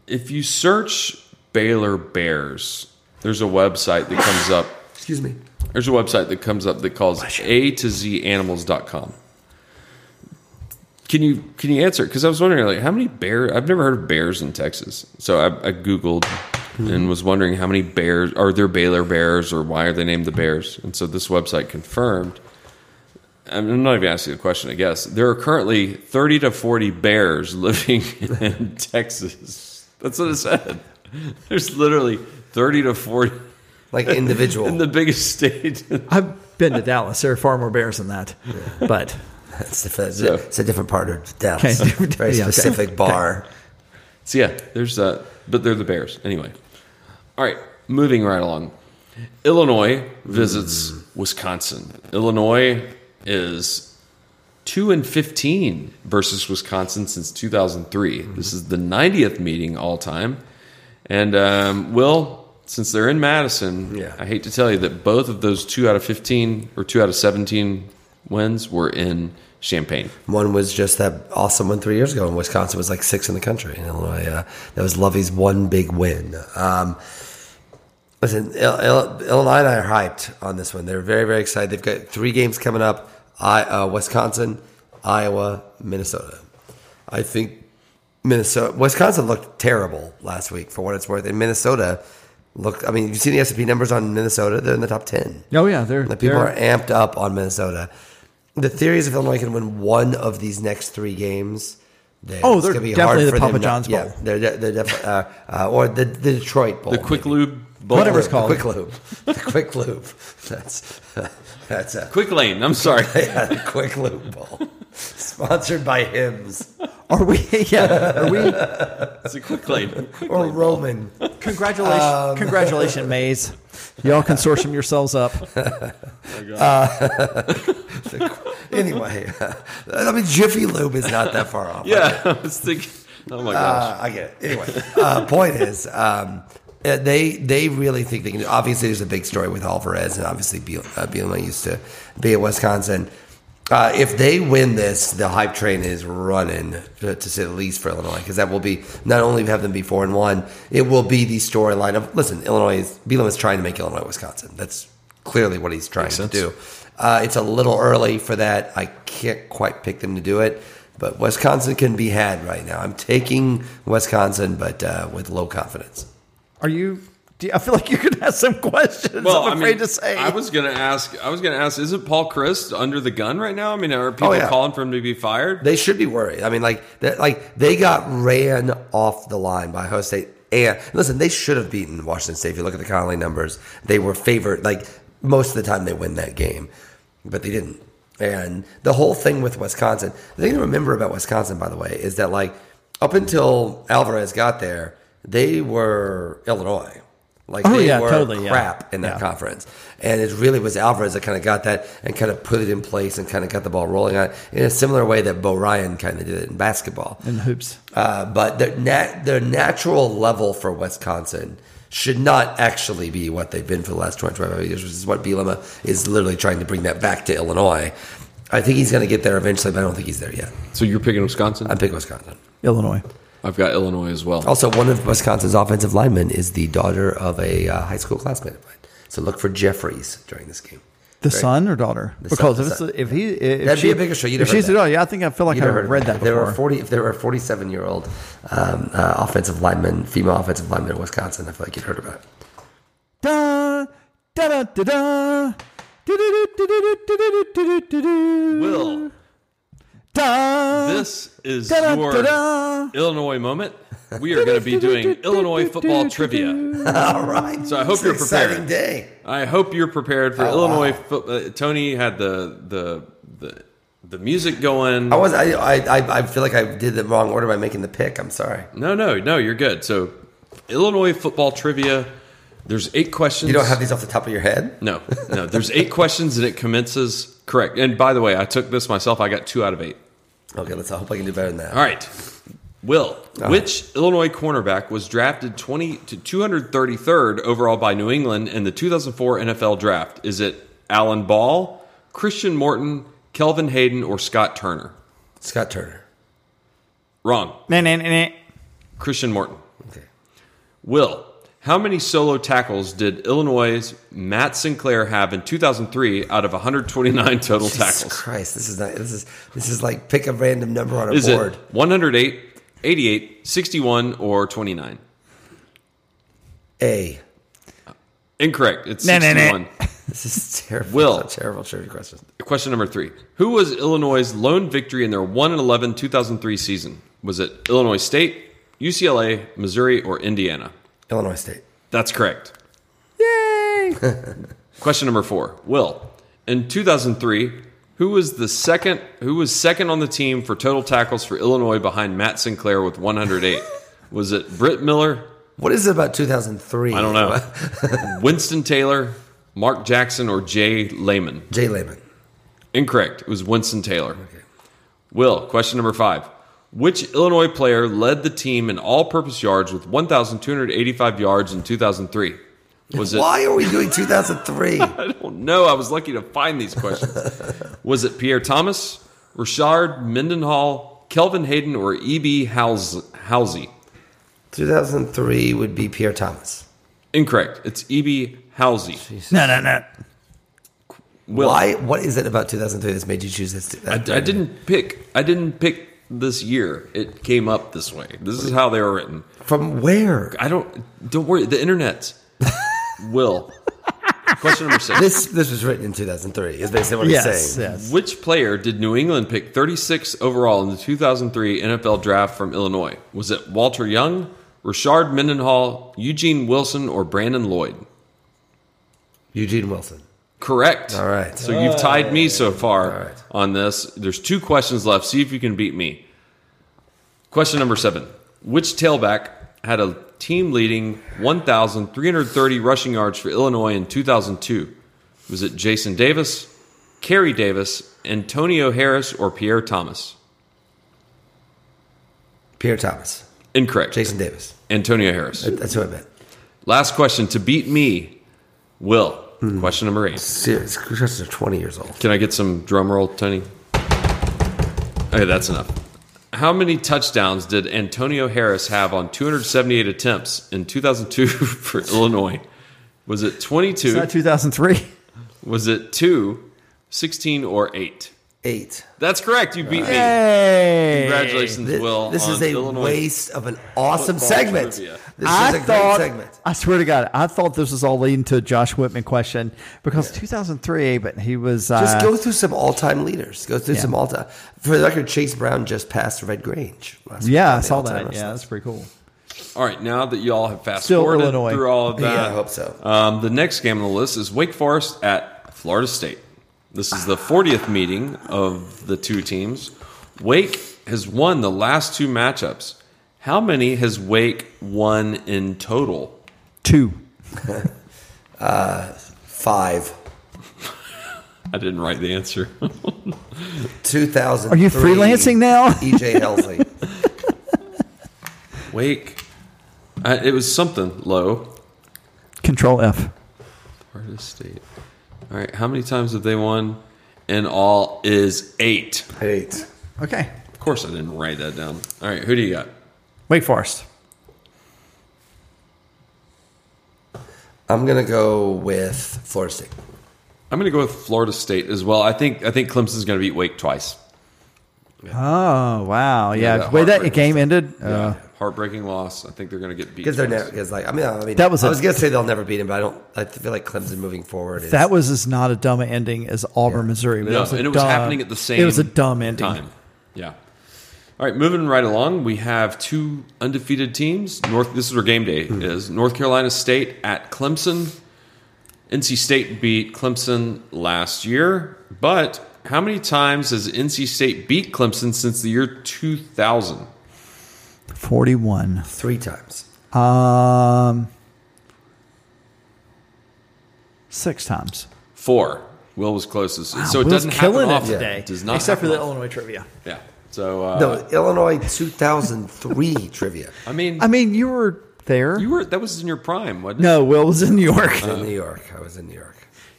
if you search Baylor Bears, there's a website that comes up
Excuse me.
There's a website that comes up that calls a to z animals.com. Can you can you answer? Because I was wondering, like, how many bear? I've never heard of bears in Texas, so I, I googled and was wondering how many bears are there Baylor bears, or why are they named the bears? And so this website confirmed. I'm I'm not even asking the question. I guess there are currently 30 to 40 bears living in Texas. That's what it said. There's literally 30 to 40
Like individual.
in the biggest state
I've been to Dallas. There are far more bears than that. But
That's the, that's
So-
a, it's a different part of Dallas.
Okay, different-
Very
yeah, okay.
specific bar.
So yeah, there's uh but they're the Bears anyway. All right, moving right along. Illinois visits Wisconsin. Illinois is two and fifteen versus Wisconsin since two thousand three. This is the ninetieth meeting all time, and um, Will. Since they're in Madison,
Yeah.
I hate to tell you that both of those two out of 15 or two out of 17 wins were in champagne.
One was just that awesome one three years ago in Wisconsin was like six in the country. In Illinois, uh, that was Lovey's one big win. Um, listen, Il- Il- Illinois and I are hyped on this one. They're very, very excited. They've got three games coming up: I, uh, Wisconsin, Iowa, Minnesota. I think Minnesota, Wisconsin looked terrible last week for what it's worth, and Minnesota looked. I mean, you've seen the S and P numbers on Minnesota; they're in the top ten.
Oh yeah, they're,
The people
they're-
are amped up on Minnesota. The theory is if Illinois can win one of these next three games, then
Oh,
it's
they're
gonna be
definitely
hard
the
for them
Papa
not-
John's
yeah,
Bowl.
they're, de- they're defi- uh, uh, or the, the Detroit Bowl,
The quick
maybe.
lube, bowl.
Whatever it's
The
called.
quick loop, the quick loop. That's that's a
quick lane. I'm sorry.
yeah, the quick loop bowl, sponsored by Hims
Are we? Yeah. Are we?
It's a quick lane.
or Roman.
Congratulations,
Um,
congratulations, Maze. Y'all consortium yourselves up.
Anyway, I mean Jiffy Lube is not that far off.
Yeah, I was thinking. Oh my gosh.
Uh, I get it. Anyway, uh, point is, um, uh, they they really think they can. Obviously, there's a big story with Alvarez, and obviously, Biel- uh, Bielema used to be at Wisconsin. Uh, if they win this, the hype train is running, to, to say the least, for Illinois, because that will be not only have them be four and one, it will be the storyline of listen, Illinois is Bielema's trying to make Illinois Wisconsin. That's clearly what he's trying to
sense.
do. Uh, it's a little early for that. I can't quite pick them to do it, but Wisconsin can be had right now. I'm taking Wisconsin, but uh, with low confidence.
Are you? Do you- I feel like you're going to have some questions. I'm
mean,
afraid to say.
I was gonna ask. I was gonna ask. Isn't Paul Christ under the gun right now? I mean, are people
Oh, yeah.
calling for him to be fired?
They should be worried. I mean, like that, like they got ran off the line by Ohio State. And listen, they should have beaten Washington State. If you look at the Connolly numbers, they were favored. Like most of the time, they win that game, but they didn't. And the whole thing with Wisconsin, the thing to remember about Wisconsin, by the way, is that like up until Alvarez got there, they were Illinois. Like
Oh,
they
yeah,
were
totally, yeah.
crap in that
Yeah.
conference. And it really was Alvarez that kind of got that and kind of put it in place and kind of got the ball rolling on it in a similar way that Bo Ryan kind of did it in basketball.
in the hoops.
Uh, but their, nat- their natural level for Wisconsin should not actually be what they've been for the last 20, 25 years, which is what Bielema is literally trying to bring that back to Illinois. I think he's going to get there eventually, but I don't think he's there yet.
So you're picking Wisconsin?
I'm picking Wisconsin.
Illinois.
I've got Illinois as well.
Also, one of Wisconsin's offensive linemen is the daughter of a uh, high school classmate of mine. So look for Jeffries during this game.
The
Right.
son or daughter?
The
because
son,
if,
the
it's,
son.
if he, if
That'd
she-
be a bigger show. You'd
if
have heard
she's
that.
the daughter, yeah, I think I feel like
You'd
I
have heard
read that
of There were
before.
forty. If there were forty-seven year old um, uh, offensive lineman, female offensive lineman in Wisconsin, I feel like you'd heard about. It.
Da, da, da, da, da. Do-do-do-do-do-do-do-do-do-do.
Will
Da,
this is
da, da,
your
da, da.
Illinois moment? We are going to be doing Illinois football trivia.
All right.
So I hope
It's an
you're prepared.
Exciting day.
I hope you're prepared for
Oh,
Illinois.
wow.
Fo- uh, Tony had the the the the music going.
I was. I, I. I. I feel like I did the wrong order by making the pick. I'm sorry.
No, no, no. You're good. So Illinois football trivia. There's eight questions.
You don't have these off the top of your head.
No, no. There's eight questions and it commences correct. And by the way, I took this myself. I got two out of eight.
Okay. Let's. I hope I can do better than that.
All right. Will, which Illinois cornerback was drafted 20 to 233rd overall by New England in the 2004 NFL draft? Is it Alan Ball, Christian Morton, Kelvin Hayden, or Scott Turner?
Scott Turner.
Wrong.
Nah, nah, nah, nah.
Christian Morton.
Okay.
Will, how many solo tackles did Illinois' Matt Sinclair have in 2003 out of 129 total
Jesus
tackles?
Christ. This is not. This is. This is like pick a random number on a
Is
board.
it 108, 88, 61, or 29?
A.
Incorrect. It's
Nah, nah, nah.
61.
This is terrible.
Will.
Terrible. Trivia question.
Question number three. Who was Illinois' lone victory in their 1 11 2003 season? Was it Illinois State, UCLA, Missouri, or Indiana?
Illinois State.
That's correct. Yay! Question number four. Will, in 2003, who was the second? Who was second on the team for total tackles for Illinois behind Matt Sinclair with 108? was it Britt Miller?
What is it about 2003?
I don't know. Winston Taylor, Mark Jackson, or Jay Lehman?
Jay Lehman.
Incorrect. It was Winston Taylor. Will, question number five. Which Illinois player led the team in all purpose yards with 1,285 yards in 2003? Was it? Oh,
Why are we doing 2003?
I don't know. I was lucky to find these questions. was it Pierre Thomas, Rashard Mendenhall, Kelvin Hayden, or E E.B. House- Housey?
2003 would be Pierre Thomas.
Incorrect. It's E E.B. Housey.
No, no, no.
Will,
Why? What is it about 2003 that's made you choose this?
I, I didn't pick. I didn't pick this year. It came up this way. This is how they were written.
From where?
I don't. Don't worry. The internet. Will. Question number six.
This this was written in 2003. Is basically what he's
Yes,
saying.
yes.
Which player did New England pick 36 overall in the 2003 NFL draft from Illinois? Was it Walter Young, Richard Mendenhall, Eugene Wilson, or Brandon Lloyd?
Eugene Wilson.
Correct.
All right.
So you've tied me so far
All right.
on this. There's two questions left. See if you can beat me. Question number seven Which tailback had a team leading 1,330 rushing yards for Illinois in 2002? Was it Jason Davis, Kerry Davis, Antonio Harris, or Pierre Thomas?
Pierre Thomas.
Incorrect.
Jason Davis.
Antonio Harris.
That's who I meant.
Last question to beat me, Will.
Hmm.
Question number eight.
Serious. These questions are 20 years old.
Can I get some drum roll, Tony? Okay, that's enough. How many touchdowns did Antonio Harris have on 278 attempts in 2002 for Illinois? Was it
It's
22?
not 2003.
Was it 2, 16, or 8?
Eight.
That's correct. You beat me.
Hey.
Congratulations,
Thi-
Will.
this
on
is a
Illinois.
waste of an awesome
football
segment.
trivia.
This
I
is a
thought,
great segment.
I swear to God, I thought this was all leading to a Josh Whitman question because 2003, but he was. Uh,
Just go through some all-time leaders. Go through
Yeah.
some all-time. For the record, Chase Brown just passed Red Grange. last week
Yeah,
on
I
the
saw
all-time
that.
list.
Yeah, that's pretty cool.
All right, now that you all have fast
Still
forwarded
Illinois.
through all of that,
Yeah, I hope so.
Um, the next game on the list is Wake Forest at Florida State. This is the 40th meeting of the two teams. Wake has won the last two matchups. How many has Wake won in total?
Two.
Five.
I didn't write the answer.
2000.
Are you freelancing now?
EJ E Helsley.
Wake, I, it was something low.
Control F.
Florida State. All right, how many times have they won? In all is eight.
Eight.
Okay.
Of course, I didn't write that down. All right, who do you got?
Wake Forest.
I'm going to go with Florida State.
I'm going to go with Florida State as well. I think I think Clemson's going to beat Wake twice.
Oh wow, yeah.
that
the way that
heartbreak
game ended, uh,
Heartbreaking loss. I think they're going to get beat.
Because they're
twice.
never. Because like I mean, I mean,
That was
I
a-
was going to say they'll never beat him, but I don't. I feel like Clemson moving forward. Is,
that was as not a dumb ending as Auburn, Missouri. But
No,
it was a
and it was
dumb-
happening at the same.
It was a dumb ending.
Time. Yeah. All right, moving right along, we have two undefeated teams. North. This is where game day
Hmm.
is. North Carolina State at Clemson. NC State beat Clemson last year, but how many times has NC State beat Clemson since the year 2000?
Forty-one.
three times.
Um, six times.
Four. Will was closest, so it
Will's
doesn't happen
killing it
often.
today,
It does not
except for
happen
the
often.
Illinois trivia.
Yeah. So uh,
No, Illinois 2003 trivia
I mean,
I mean, you were there.
you Uh, were that was in your prime, wasn't it?
no, Will was in New York.
in New York. I was in New York.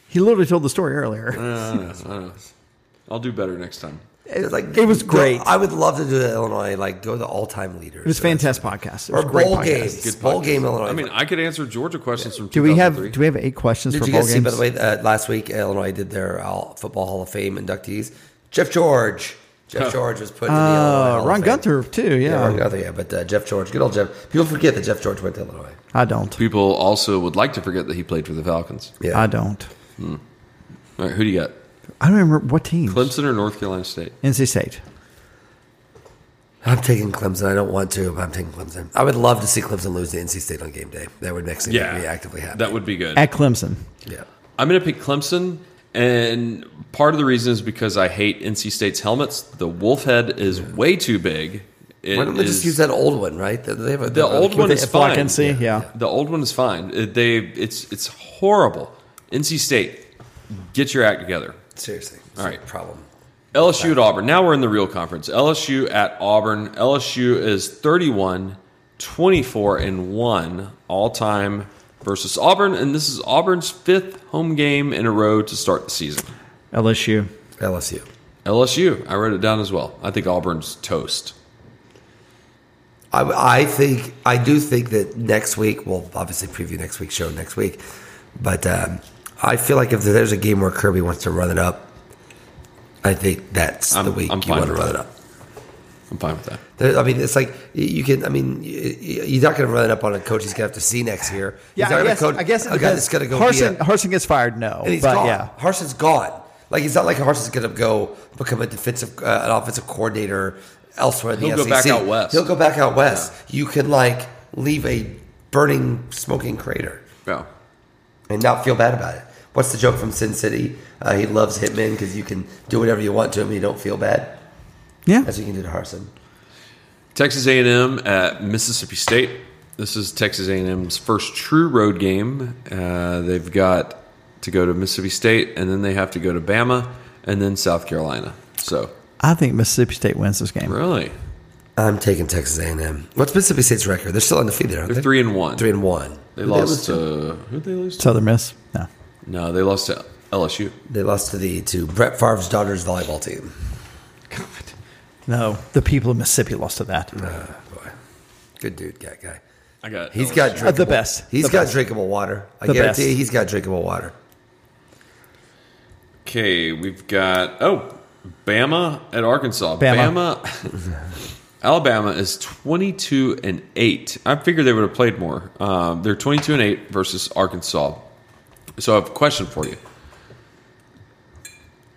he literally told the story earlier.
I don't know. I don't know. I'll do better next time.
It was like
It was great.
I would love to do the Illinois. Like go to all time leaders.
It was a fantastic podcast. It
Or
was a great
bowl
podcast.
games. bowl game Illinois.
I mean, I could answer Georgia questions from
Do we have
2003.
do we have eight questions
did
for
you
bowl
guys see? By
games?
the way, uh, last week Illinois did their all football Hall of Fame inductees. Jeff George. Jeff George was put in the Illinois. Hall
uh,
of
Ron
Fame.
Gunther too.
Yeah, Ron
Yeah,
Gunther. Yeah, but uh, Jeff George. Good old Jeff. People forget that Jeff George went to Illinois.
I don't.
People also would like to forget that he played for the Falcons.
Yeah.
I don't.
All right, who do you got?
I don't remember what team.
Clemson or North Carolina State?
NC State.
I'm taking Clemson. I don't want to, but I'm taking Clemson. I would love to see Clemson lose to NC State on game day. That would make me yeah, actively happy.
That would be good.
At Clemson.
yeah.
I'm going to pick Clemson, and part of the reason is because I hate NC State's helmets. The wolf head is way too big. It
Why don't they just
is-
use that old one, right? They they have a,
The old one is
If I
fine.
can see, yeah.
The old one is fine. It, they it's it's horrible. NC State, get your act together.
Seriously.
All right.
Problem.
LSU at Auburn. Now we're in the real conference. LSU at Auburn. LSU is 31, 24, and 1 all time versus Auburn. And this is Auburn's fifth home game in a row to start the season.
LSU.
LSU.
LSU. I wrote it down as well. I think Auburn's toast.
I, I think I do think that next week we'll obviously preview next week's show next week, but um, I feel like if there's a game where Kirby wants to run it up, I think that's the
I'm-
week
I'm
you
fine
want to
with
run it
that.
up.
I'm fine with that.
There, I mean, it's like you- you can. I mean, you- you- you're not going to run it up on a coach he's going to have to see next year. He's
Yeah,
not
I
gonna
guess,
coach
I guess it
a guy
depends.
that's going to go. be
Harson,
a-
Harson gets fired, no.
and he's
but
gone.
yeah.
Harson's gone. Like it's not like Harson's going to go become a defensive, uh, an offensive coordinator elsewhere. In
He'll
the
go back
SEC.
out west.
He'll go back out west. You can like leave a burning, smoking crater
Yeah.
and not feel bad about it. What's the joke from Sin City? Uh, he loves Hitman because you can do whatever you want to him and you don't feel bad.
Yeah.
That's what you can do to Harson.
Texas A&M at Mississippi State. This is Texas A&M's first true road game. Uh, they've got to go to Mississippi State, and then they have to go to Bama, and then South Carolina. So
I think Mississippi State wins this game.
really,
I'm taking Texas A&M. What's Mississippi State's record? They're still undefeated, aren't
they're
they?
three and one.
three and one.
They
Who'd
lost.
lose to?
uh, who they lose? To?
Southern Miss? No.
No, they lost to LSU.
They lost to the to Brett Favre's daughter's volleyball team.
God,
No. The people of Mississippi lost to that.
Oh, boy, good dude, that guy.
I got.
He's
LSU.
got
the
drinkable,
best.
He's
The
got
best.
drinkable water. I
The
guarantee
best.
you he's got drinkable water.
Okay, we've got oh, Bama at Arkansas.
Bama.
Bama Alabama is twenty-two and eight. I figured they would have played more. Um, they're twenty-two and eight versus Arkansas. So I have a question for you.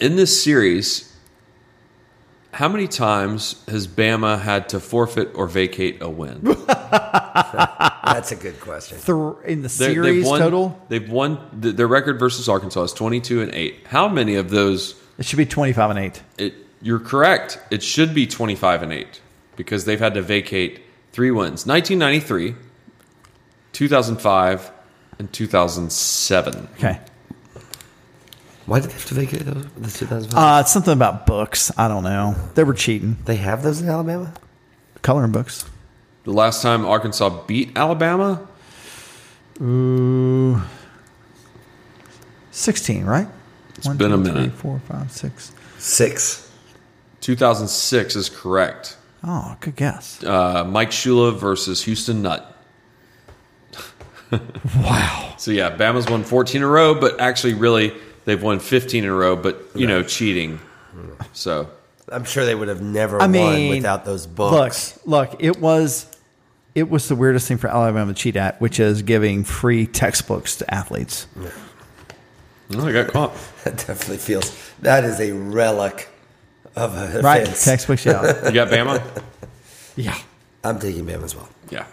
In this series, how many times has Bama had to forfeit or vacate a win?
That's a good question.
Th- in the
They're- they've
series
won-
total,
They've won th- their record versus Arkansas is twenty-two and eight. How many of those?
it should be 25 and 8.
It, you're correct. It should be 25 and 8 because they've had to vacate three wins 1993, 2005, and 2007.
Okay.
Why did they have to vacate those? The 2005?
Uh, it's something about books. I don't know. They were cheating.
they have those in Alabama.
Coloring books.
The last time Arkansas beat Alabama,
Ooh. 16, right? It's
been a minute.
Six.
2006 is correct.
Oh, good guess.
Uh, Mike Shula versus Houston Nutt.
Wow.
So yeah, Bama's won 14 in a row, but actually, really, they've won 15 in a row, but you know, cheating. So
I'm sure they would have never
I
won
mean,
without those books.
Look, look, it was it was the weirdest thing for Alabama to cheat at, which is giving free textbooks to athletes.
oh, I got caught.
That definitely feels. That is a relic of a
Right?
offense.
Textbooks, yeah.
You got Bama.
yeah.
I'm taking Bama as well.
Yeah.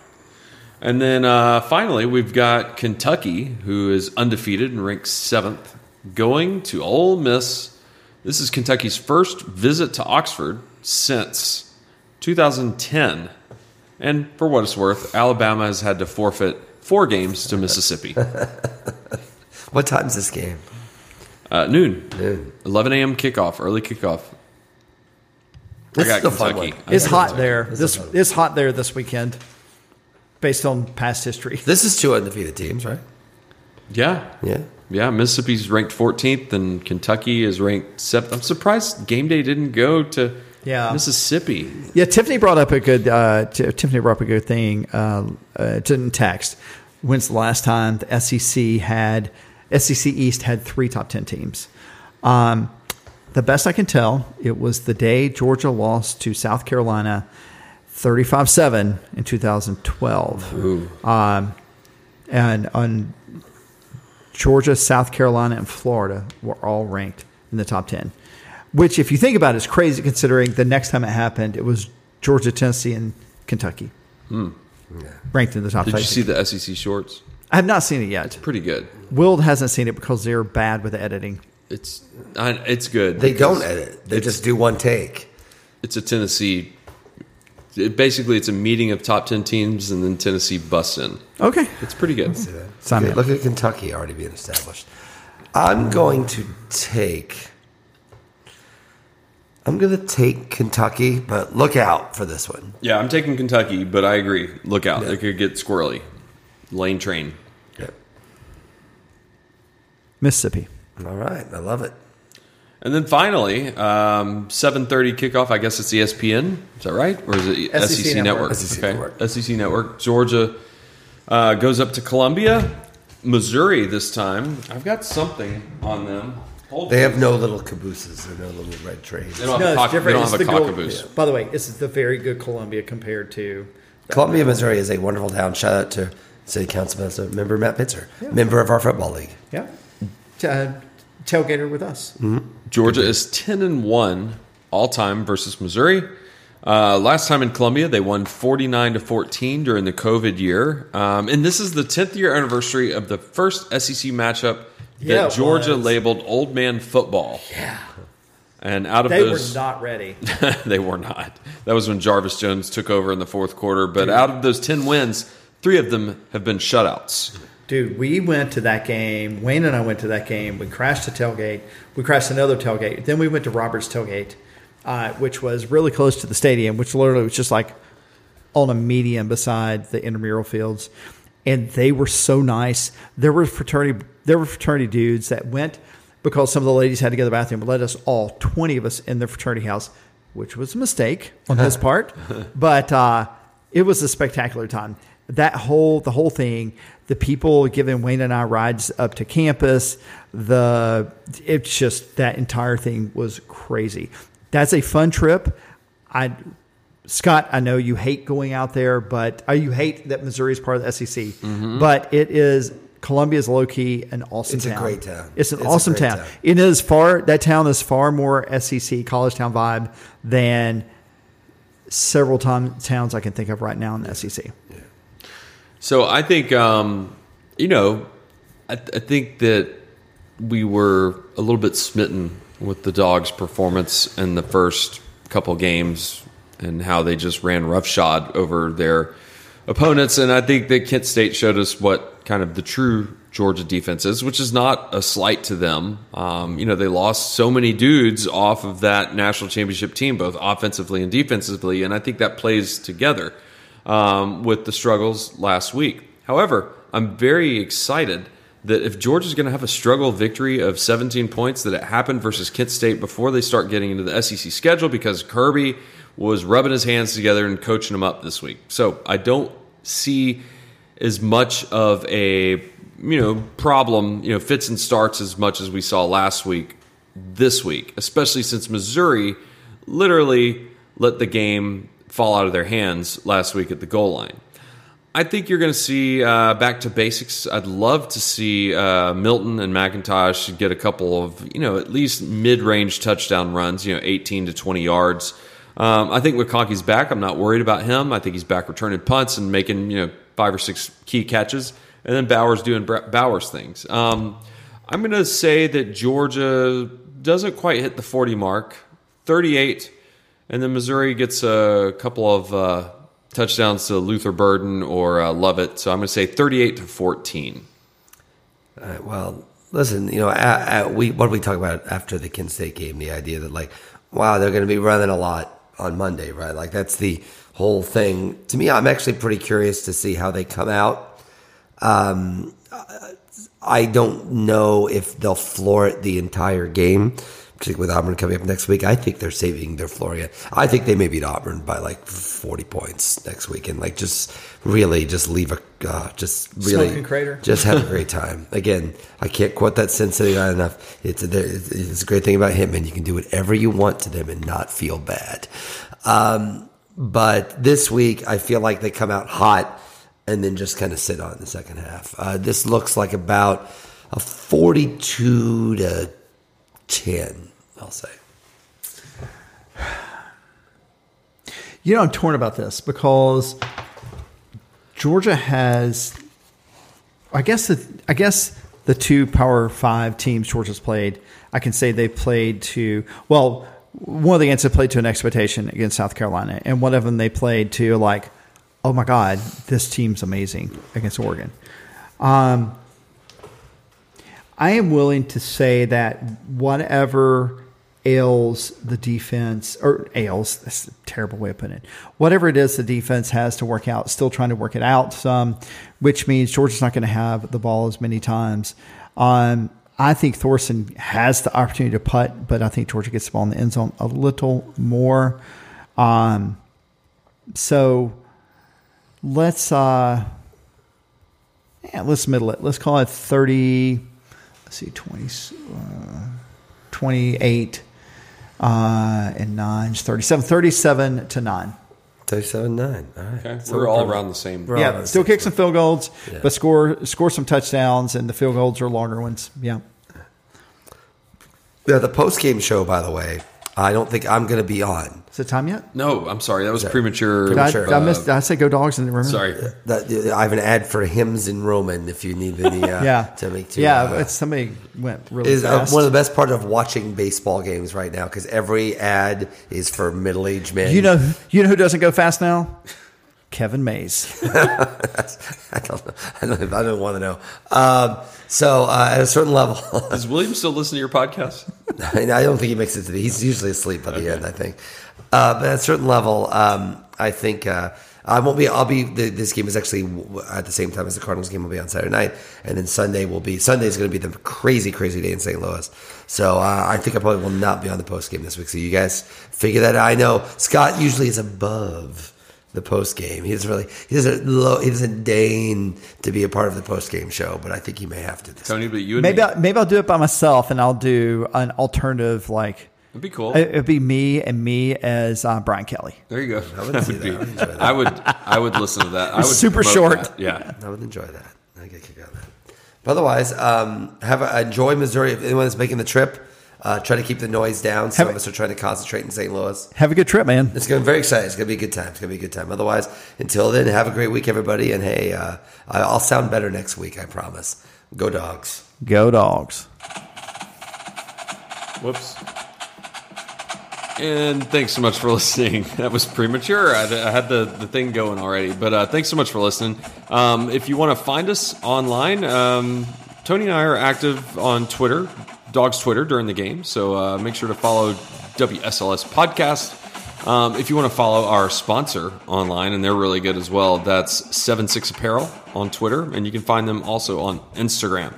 And then uh, finally, we've got Kentucky, who is undefeated and ranked seventh, going to Ole Miss. This is Kentucky's first visit to Oxford since 2010. And for what it's worth, Alabama has had to forfeit four games to Mississippi.
What time's this game?
Uh, noon,
Noon.
11 a.m. kickoff, early kickoff.
This
got
is a fun
Kentucky.
one.
It's
I got
hot
Kentucky.
there.
This
This
is a-
it's hot there this weekend based on past history.
This is two undefeated teams, right?
Yeah.
Yeah.
Yeah, Mississippi's ranked 14th, and Kentucky is ranked seventh. I'm surprised game day didn't go to
Yeah.
Mississippi.
Yeah, Tiffany brought up a good. Uh, Ti- Tiffany brought up a good thing. Uh, uh, didn't text. When's the last time the SEC had SEC East had three top ten teams? Um, the best I can tell, it was the day Georgia lost to South Carolina, thirty-five seven in two thousand twelve. Um, and on Georgia, South Carolina, and Florida were all ranked in the top 10, which, if you think about it, is crazy considering the next time it happened, it was Georgia, Tennessee, and Kentucky ranked in the top
Hmm. Did
10.
you see the SEC shorts?
I have not seen it yet.
Pretty good.
Will hasn't seen it because they're bad with the editing.
It's I, it's good.
They
because
don't edit. They just do one take.
It's a Tennessee. It, basically, it's a meeting of top ten teams, and then Tennessee busts in.
Okay.
It's pretty good.
Sign me up.
look at Kentucky already being established. I'm going to take. I'm going to take Kentucky, but look out for this one.
Yeah, I'm taking Kentucky, but I agree. Look out, it could get squirrely. Lane train.
Yep.
Mississippi.
All right, I love it.
And then finally, um, 7.30 kickoff, I guess it's E ESPN. Is that right? Or is it SEC,
Network.
Network?
SEC E Network.
SEC Network. Georgia uh, goes up to Columbia. Missouri this time. I've got something on them. Hold
They
on.
have no little cabooses or no little red trains.
They don't have a cock- they don't have a
the gold-
cockaboose.
By the way, this is the very good Columbia compared to.
Columbia, Missouri is a wonderful town. Shout out to City Councilman so member Matt Pitzer, member of our football league.
Yeah. Uh, tailgater with us.
Mm-hmm. Georgia is 10 and 1 all time versus Missouri. Uh, last time in Columbia, they won 49 to 14 during the COVID year. Um, and this is the 10th year anniversary of the first SEC matchup that
Yeah, it
Georgia
was.
labeled old man football.
Yeah.
And out of
They were
those,
not ready.
they were not. That was when Jarvis Jones took over in the fourth quarter. But out of those 10 wins, three of them have been shutouts.
Dude, we went to that game. Wayne and I went to that game. We crashed a tailgate. We crashed another tailgate. Then we went to Robert's tailgate, uh, which was really close to the stadium, which literally was just like on a median beside the intramural fields. And they were so nice. There were fraternity there were fraternity dudes that went because some of the ladies had to go to the bathroom, let us all, 20 of us in the fraternity house, which was a mistake on his part. But uh, it was a spectacular time. That whole the whole thing, the people giving Wayne and I rides up to campus, the it's just that entire thing was crazy. That's a fun trip. I Scott, I know you hate going out there, but uh, you hate that Missouri is part of the SEC, but it is Columbia is low key an awesome
Mm-hmm. It's a
town.
great town.
It's an
It's a
awesome
great
town.
town.
It is far that town is far more SEC college town vibe than several tom- towns I can think of right now in the E SEC.
So I think, um, you know, I, th- I think that we were a little bit smitten with the dogs' performance in the first couple games and how they just ran roughshod over their opponents. And I think that Kent State showed us what kind of the true Georgia defense is, which is not a slight to them. Um, you know, they lost so many dudes off of that national championship team, both offensively and defensively. And I think that plays together um, with the struggles last week. However, I'm very excited that if Georgia's going to have a struggle victory of 17 points, that it happened versus Kent State before they start getting into the SEC schedule because Kirby was rubbing his hands together and coaching them up this week. So I don't see as much of a you know problem you know fits and starts as much as we saw last week this week especially since missouri literally let the game fall out of their hands last week at the goal line I think you're going to see uh, back to basics. I'd love to see uh, Milton and McIntosh get a couple of, you know, at least mid range touchdown runs, you know, 18 to 20 yards. Um, I think McConkey's back. I'm not worried about him. I think he's back returning punts and making, you know, five or six key catches. And then Bowers doing Bra- Bowers things. Um, I'm going to say that Georgia doesn't quite hit the 40 mark, 38. And then Missouri gets a couple of uh, touchdowns to Luther Burden or uh, Lovett. So I'm going to say 38 to 14.
All right, well, listen, you know, I, I, we what did we talk about after the Kent State game? The idea that like, wow, they're going to be running a lot on Monday, right? Like that's the whole thing. To me, I'm actually pretty curious to see how they come out. Um, I don't know if they'll floor it the entire game. Particularly with Auburn coming up next week, I think they're saving their flooring it. I think they may beat Auburn by like forty points next week, and like just really just leave a uh, just really
Smoking crater.
just have a great time. Again, I can't quote that Sin City line enough. It's a, it's a great thing about Hitman. You can do whatever you want to them and not feel bad. Um, but this week, I feel like they come out hot and then just kind of sit on it in the second half. Uh, this looks like about a 42 to 10, I'll say.
You know, I'm torn about this because Georgia has, I guess, the, I guess the two Power Five teams Georgia's played. I can say they played to well. One of the games they played to an expectation against South Carolina, and one of them they played to like, oh my God, this team's amazing against Oregon. I am willing to say that whatever ails the defense or ails that's a terrible way of putting it whatever it is the defense has to work out still trying to work it out some which means georgia's not going to have the ball as many times um, I think Thorson has the opportunity to putt, but I think Georgia gets the ball in the end zone a little more. Um, so let's uh, yeah, let's middle it. Let's call it thirty. Let's see, 20, uh, 28 uh, and nine, 37, 37 to nine.
37 9. All right.
Okay.
So
we're all
we're-
around the same.
we're all-
yeah,
Oh,
still kick some field goals,
Yeah.
but score score some touchdowns, and the field goals are longer ones. Yeah.
Yeah, the post game show, by the way, I don't think I'm going to be on.
Is it time yet?
No, I'm sorry. That was premature.
Did I,
sure. Uh,
did I miss? Did I say go dogs and remember?
Sorry.
That, I have an ad for hymns in Roman if you need any uh,
Yeah.
to make to,
yeah,
uh,
it's somebody went really
is uh,
fast.
one of the best part of watching baseball games right now because every ad is for middle aged men.
you know, you know who doesn't go fast now? Kevin Mays.
I don't, know. I don't, I don't want to know. Um, so uh, at a certain level,
Does William still listen to your podcast?
And I don't think he makes it to the. He's usually asleep by the end, I think. Uh, but at a certain level, um, I think uh, I won't be. I'll be. The, this game is actually w- w- at the same time as the Cardinals game will be on Saturday night, and then Sunday will be. Sunday is going to be the crazy, crazy day in St. Louis. So uh, I think I probably will not be on the post game this week. So you guys figure that. out. I know Scott usually is above. The post game, he doesn't really, he doesn't, lo- he doesn't deign to be a part of the post game show, but I think he may have to. This
Tony, but you and
Maybe
me.
I, maybe I'll do it by myself, and I'll do an alternative. Like
That'd be cool.
it, it'd be me and me as uh, Brian Kelly.
there you go. I
would
that
see
would be.
that. I would enjoy that.
I would. I would listen to that. I would
Super
promote
short.
that. Yeah.
I would enjoy that. I get a kick out of that. But otherwise, um, have a, enjoy Missouri. If anyone that's making the trip, uh, try to keep the noise down. Some
Have-
of us are trying to concentrate in St. Louis.
Have a good trip, man.
It's going to be very exciting. It's going to be a good time. It's going to be a good time. Otherwise, until then, have a great week, everybody. And hey, uh, I- I'll sound better next week. I promise. Go dogs.
Go dogs.
Whoops. And thanks so much for listening. That was premature. I, I had the, the thing going already, but uh, thanks so much for listening. Um, if you want to find us online, um, Tony and I are active on Twitter, Dogs Twitter during the game. So uh, make sure to follow WSLS Podcast. Um, if you want to follow our sponsor online, and they're really good as well, that's Seven Six Apparel on Twitter, and you can find them also on Instagram.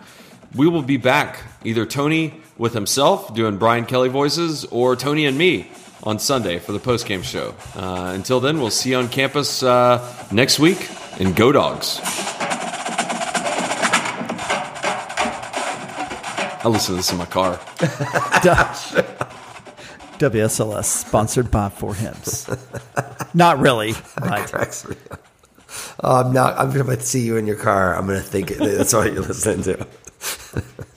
We will be back, either Tony with himself doing Brian Kelly voices, or Tony and me on Sunday for the postgame show. Uh, until then, we'll see you on campus uh, next week, and go dogs. I listen to this in my car.
WSLS sponsored by Four Hymns. Not really, but
Cracks me up. Oh, I'm not. I'm going to see you in your car. I'm going to think that's what you're listening to.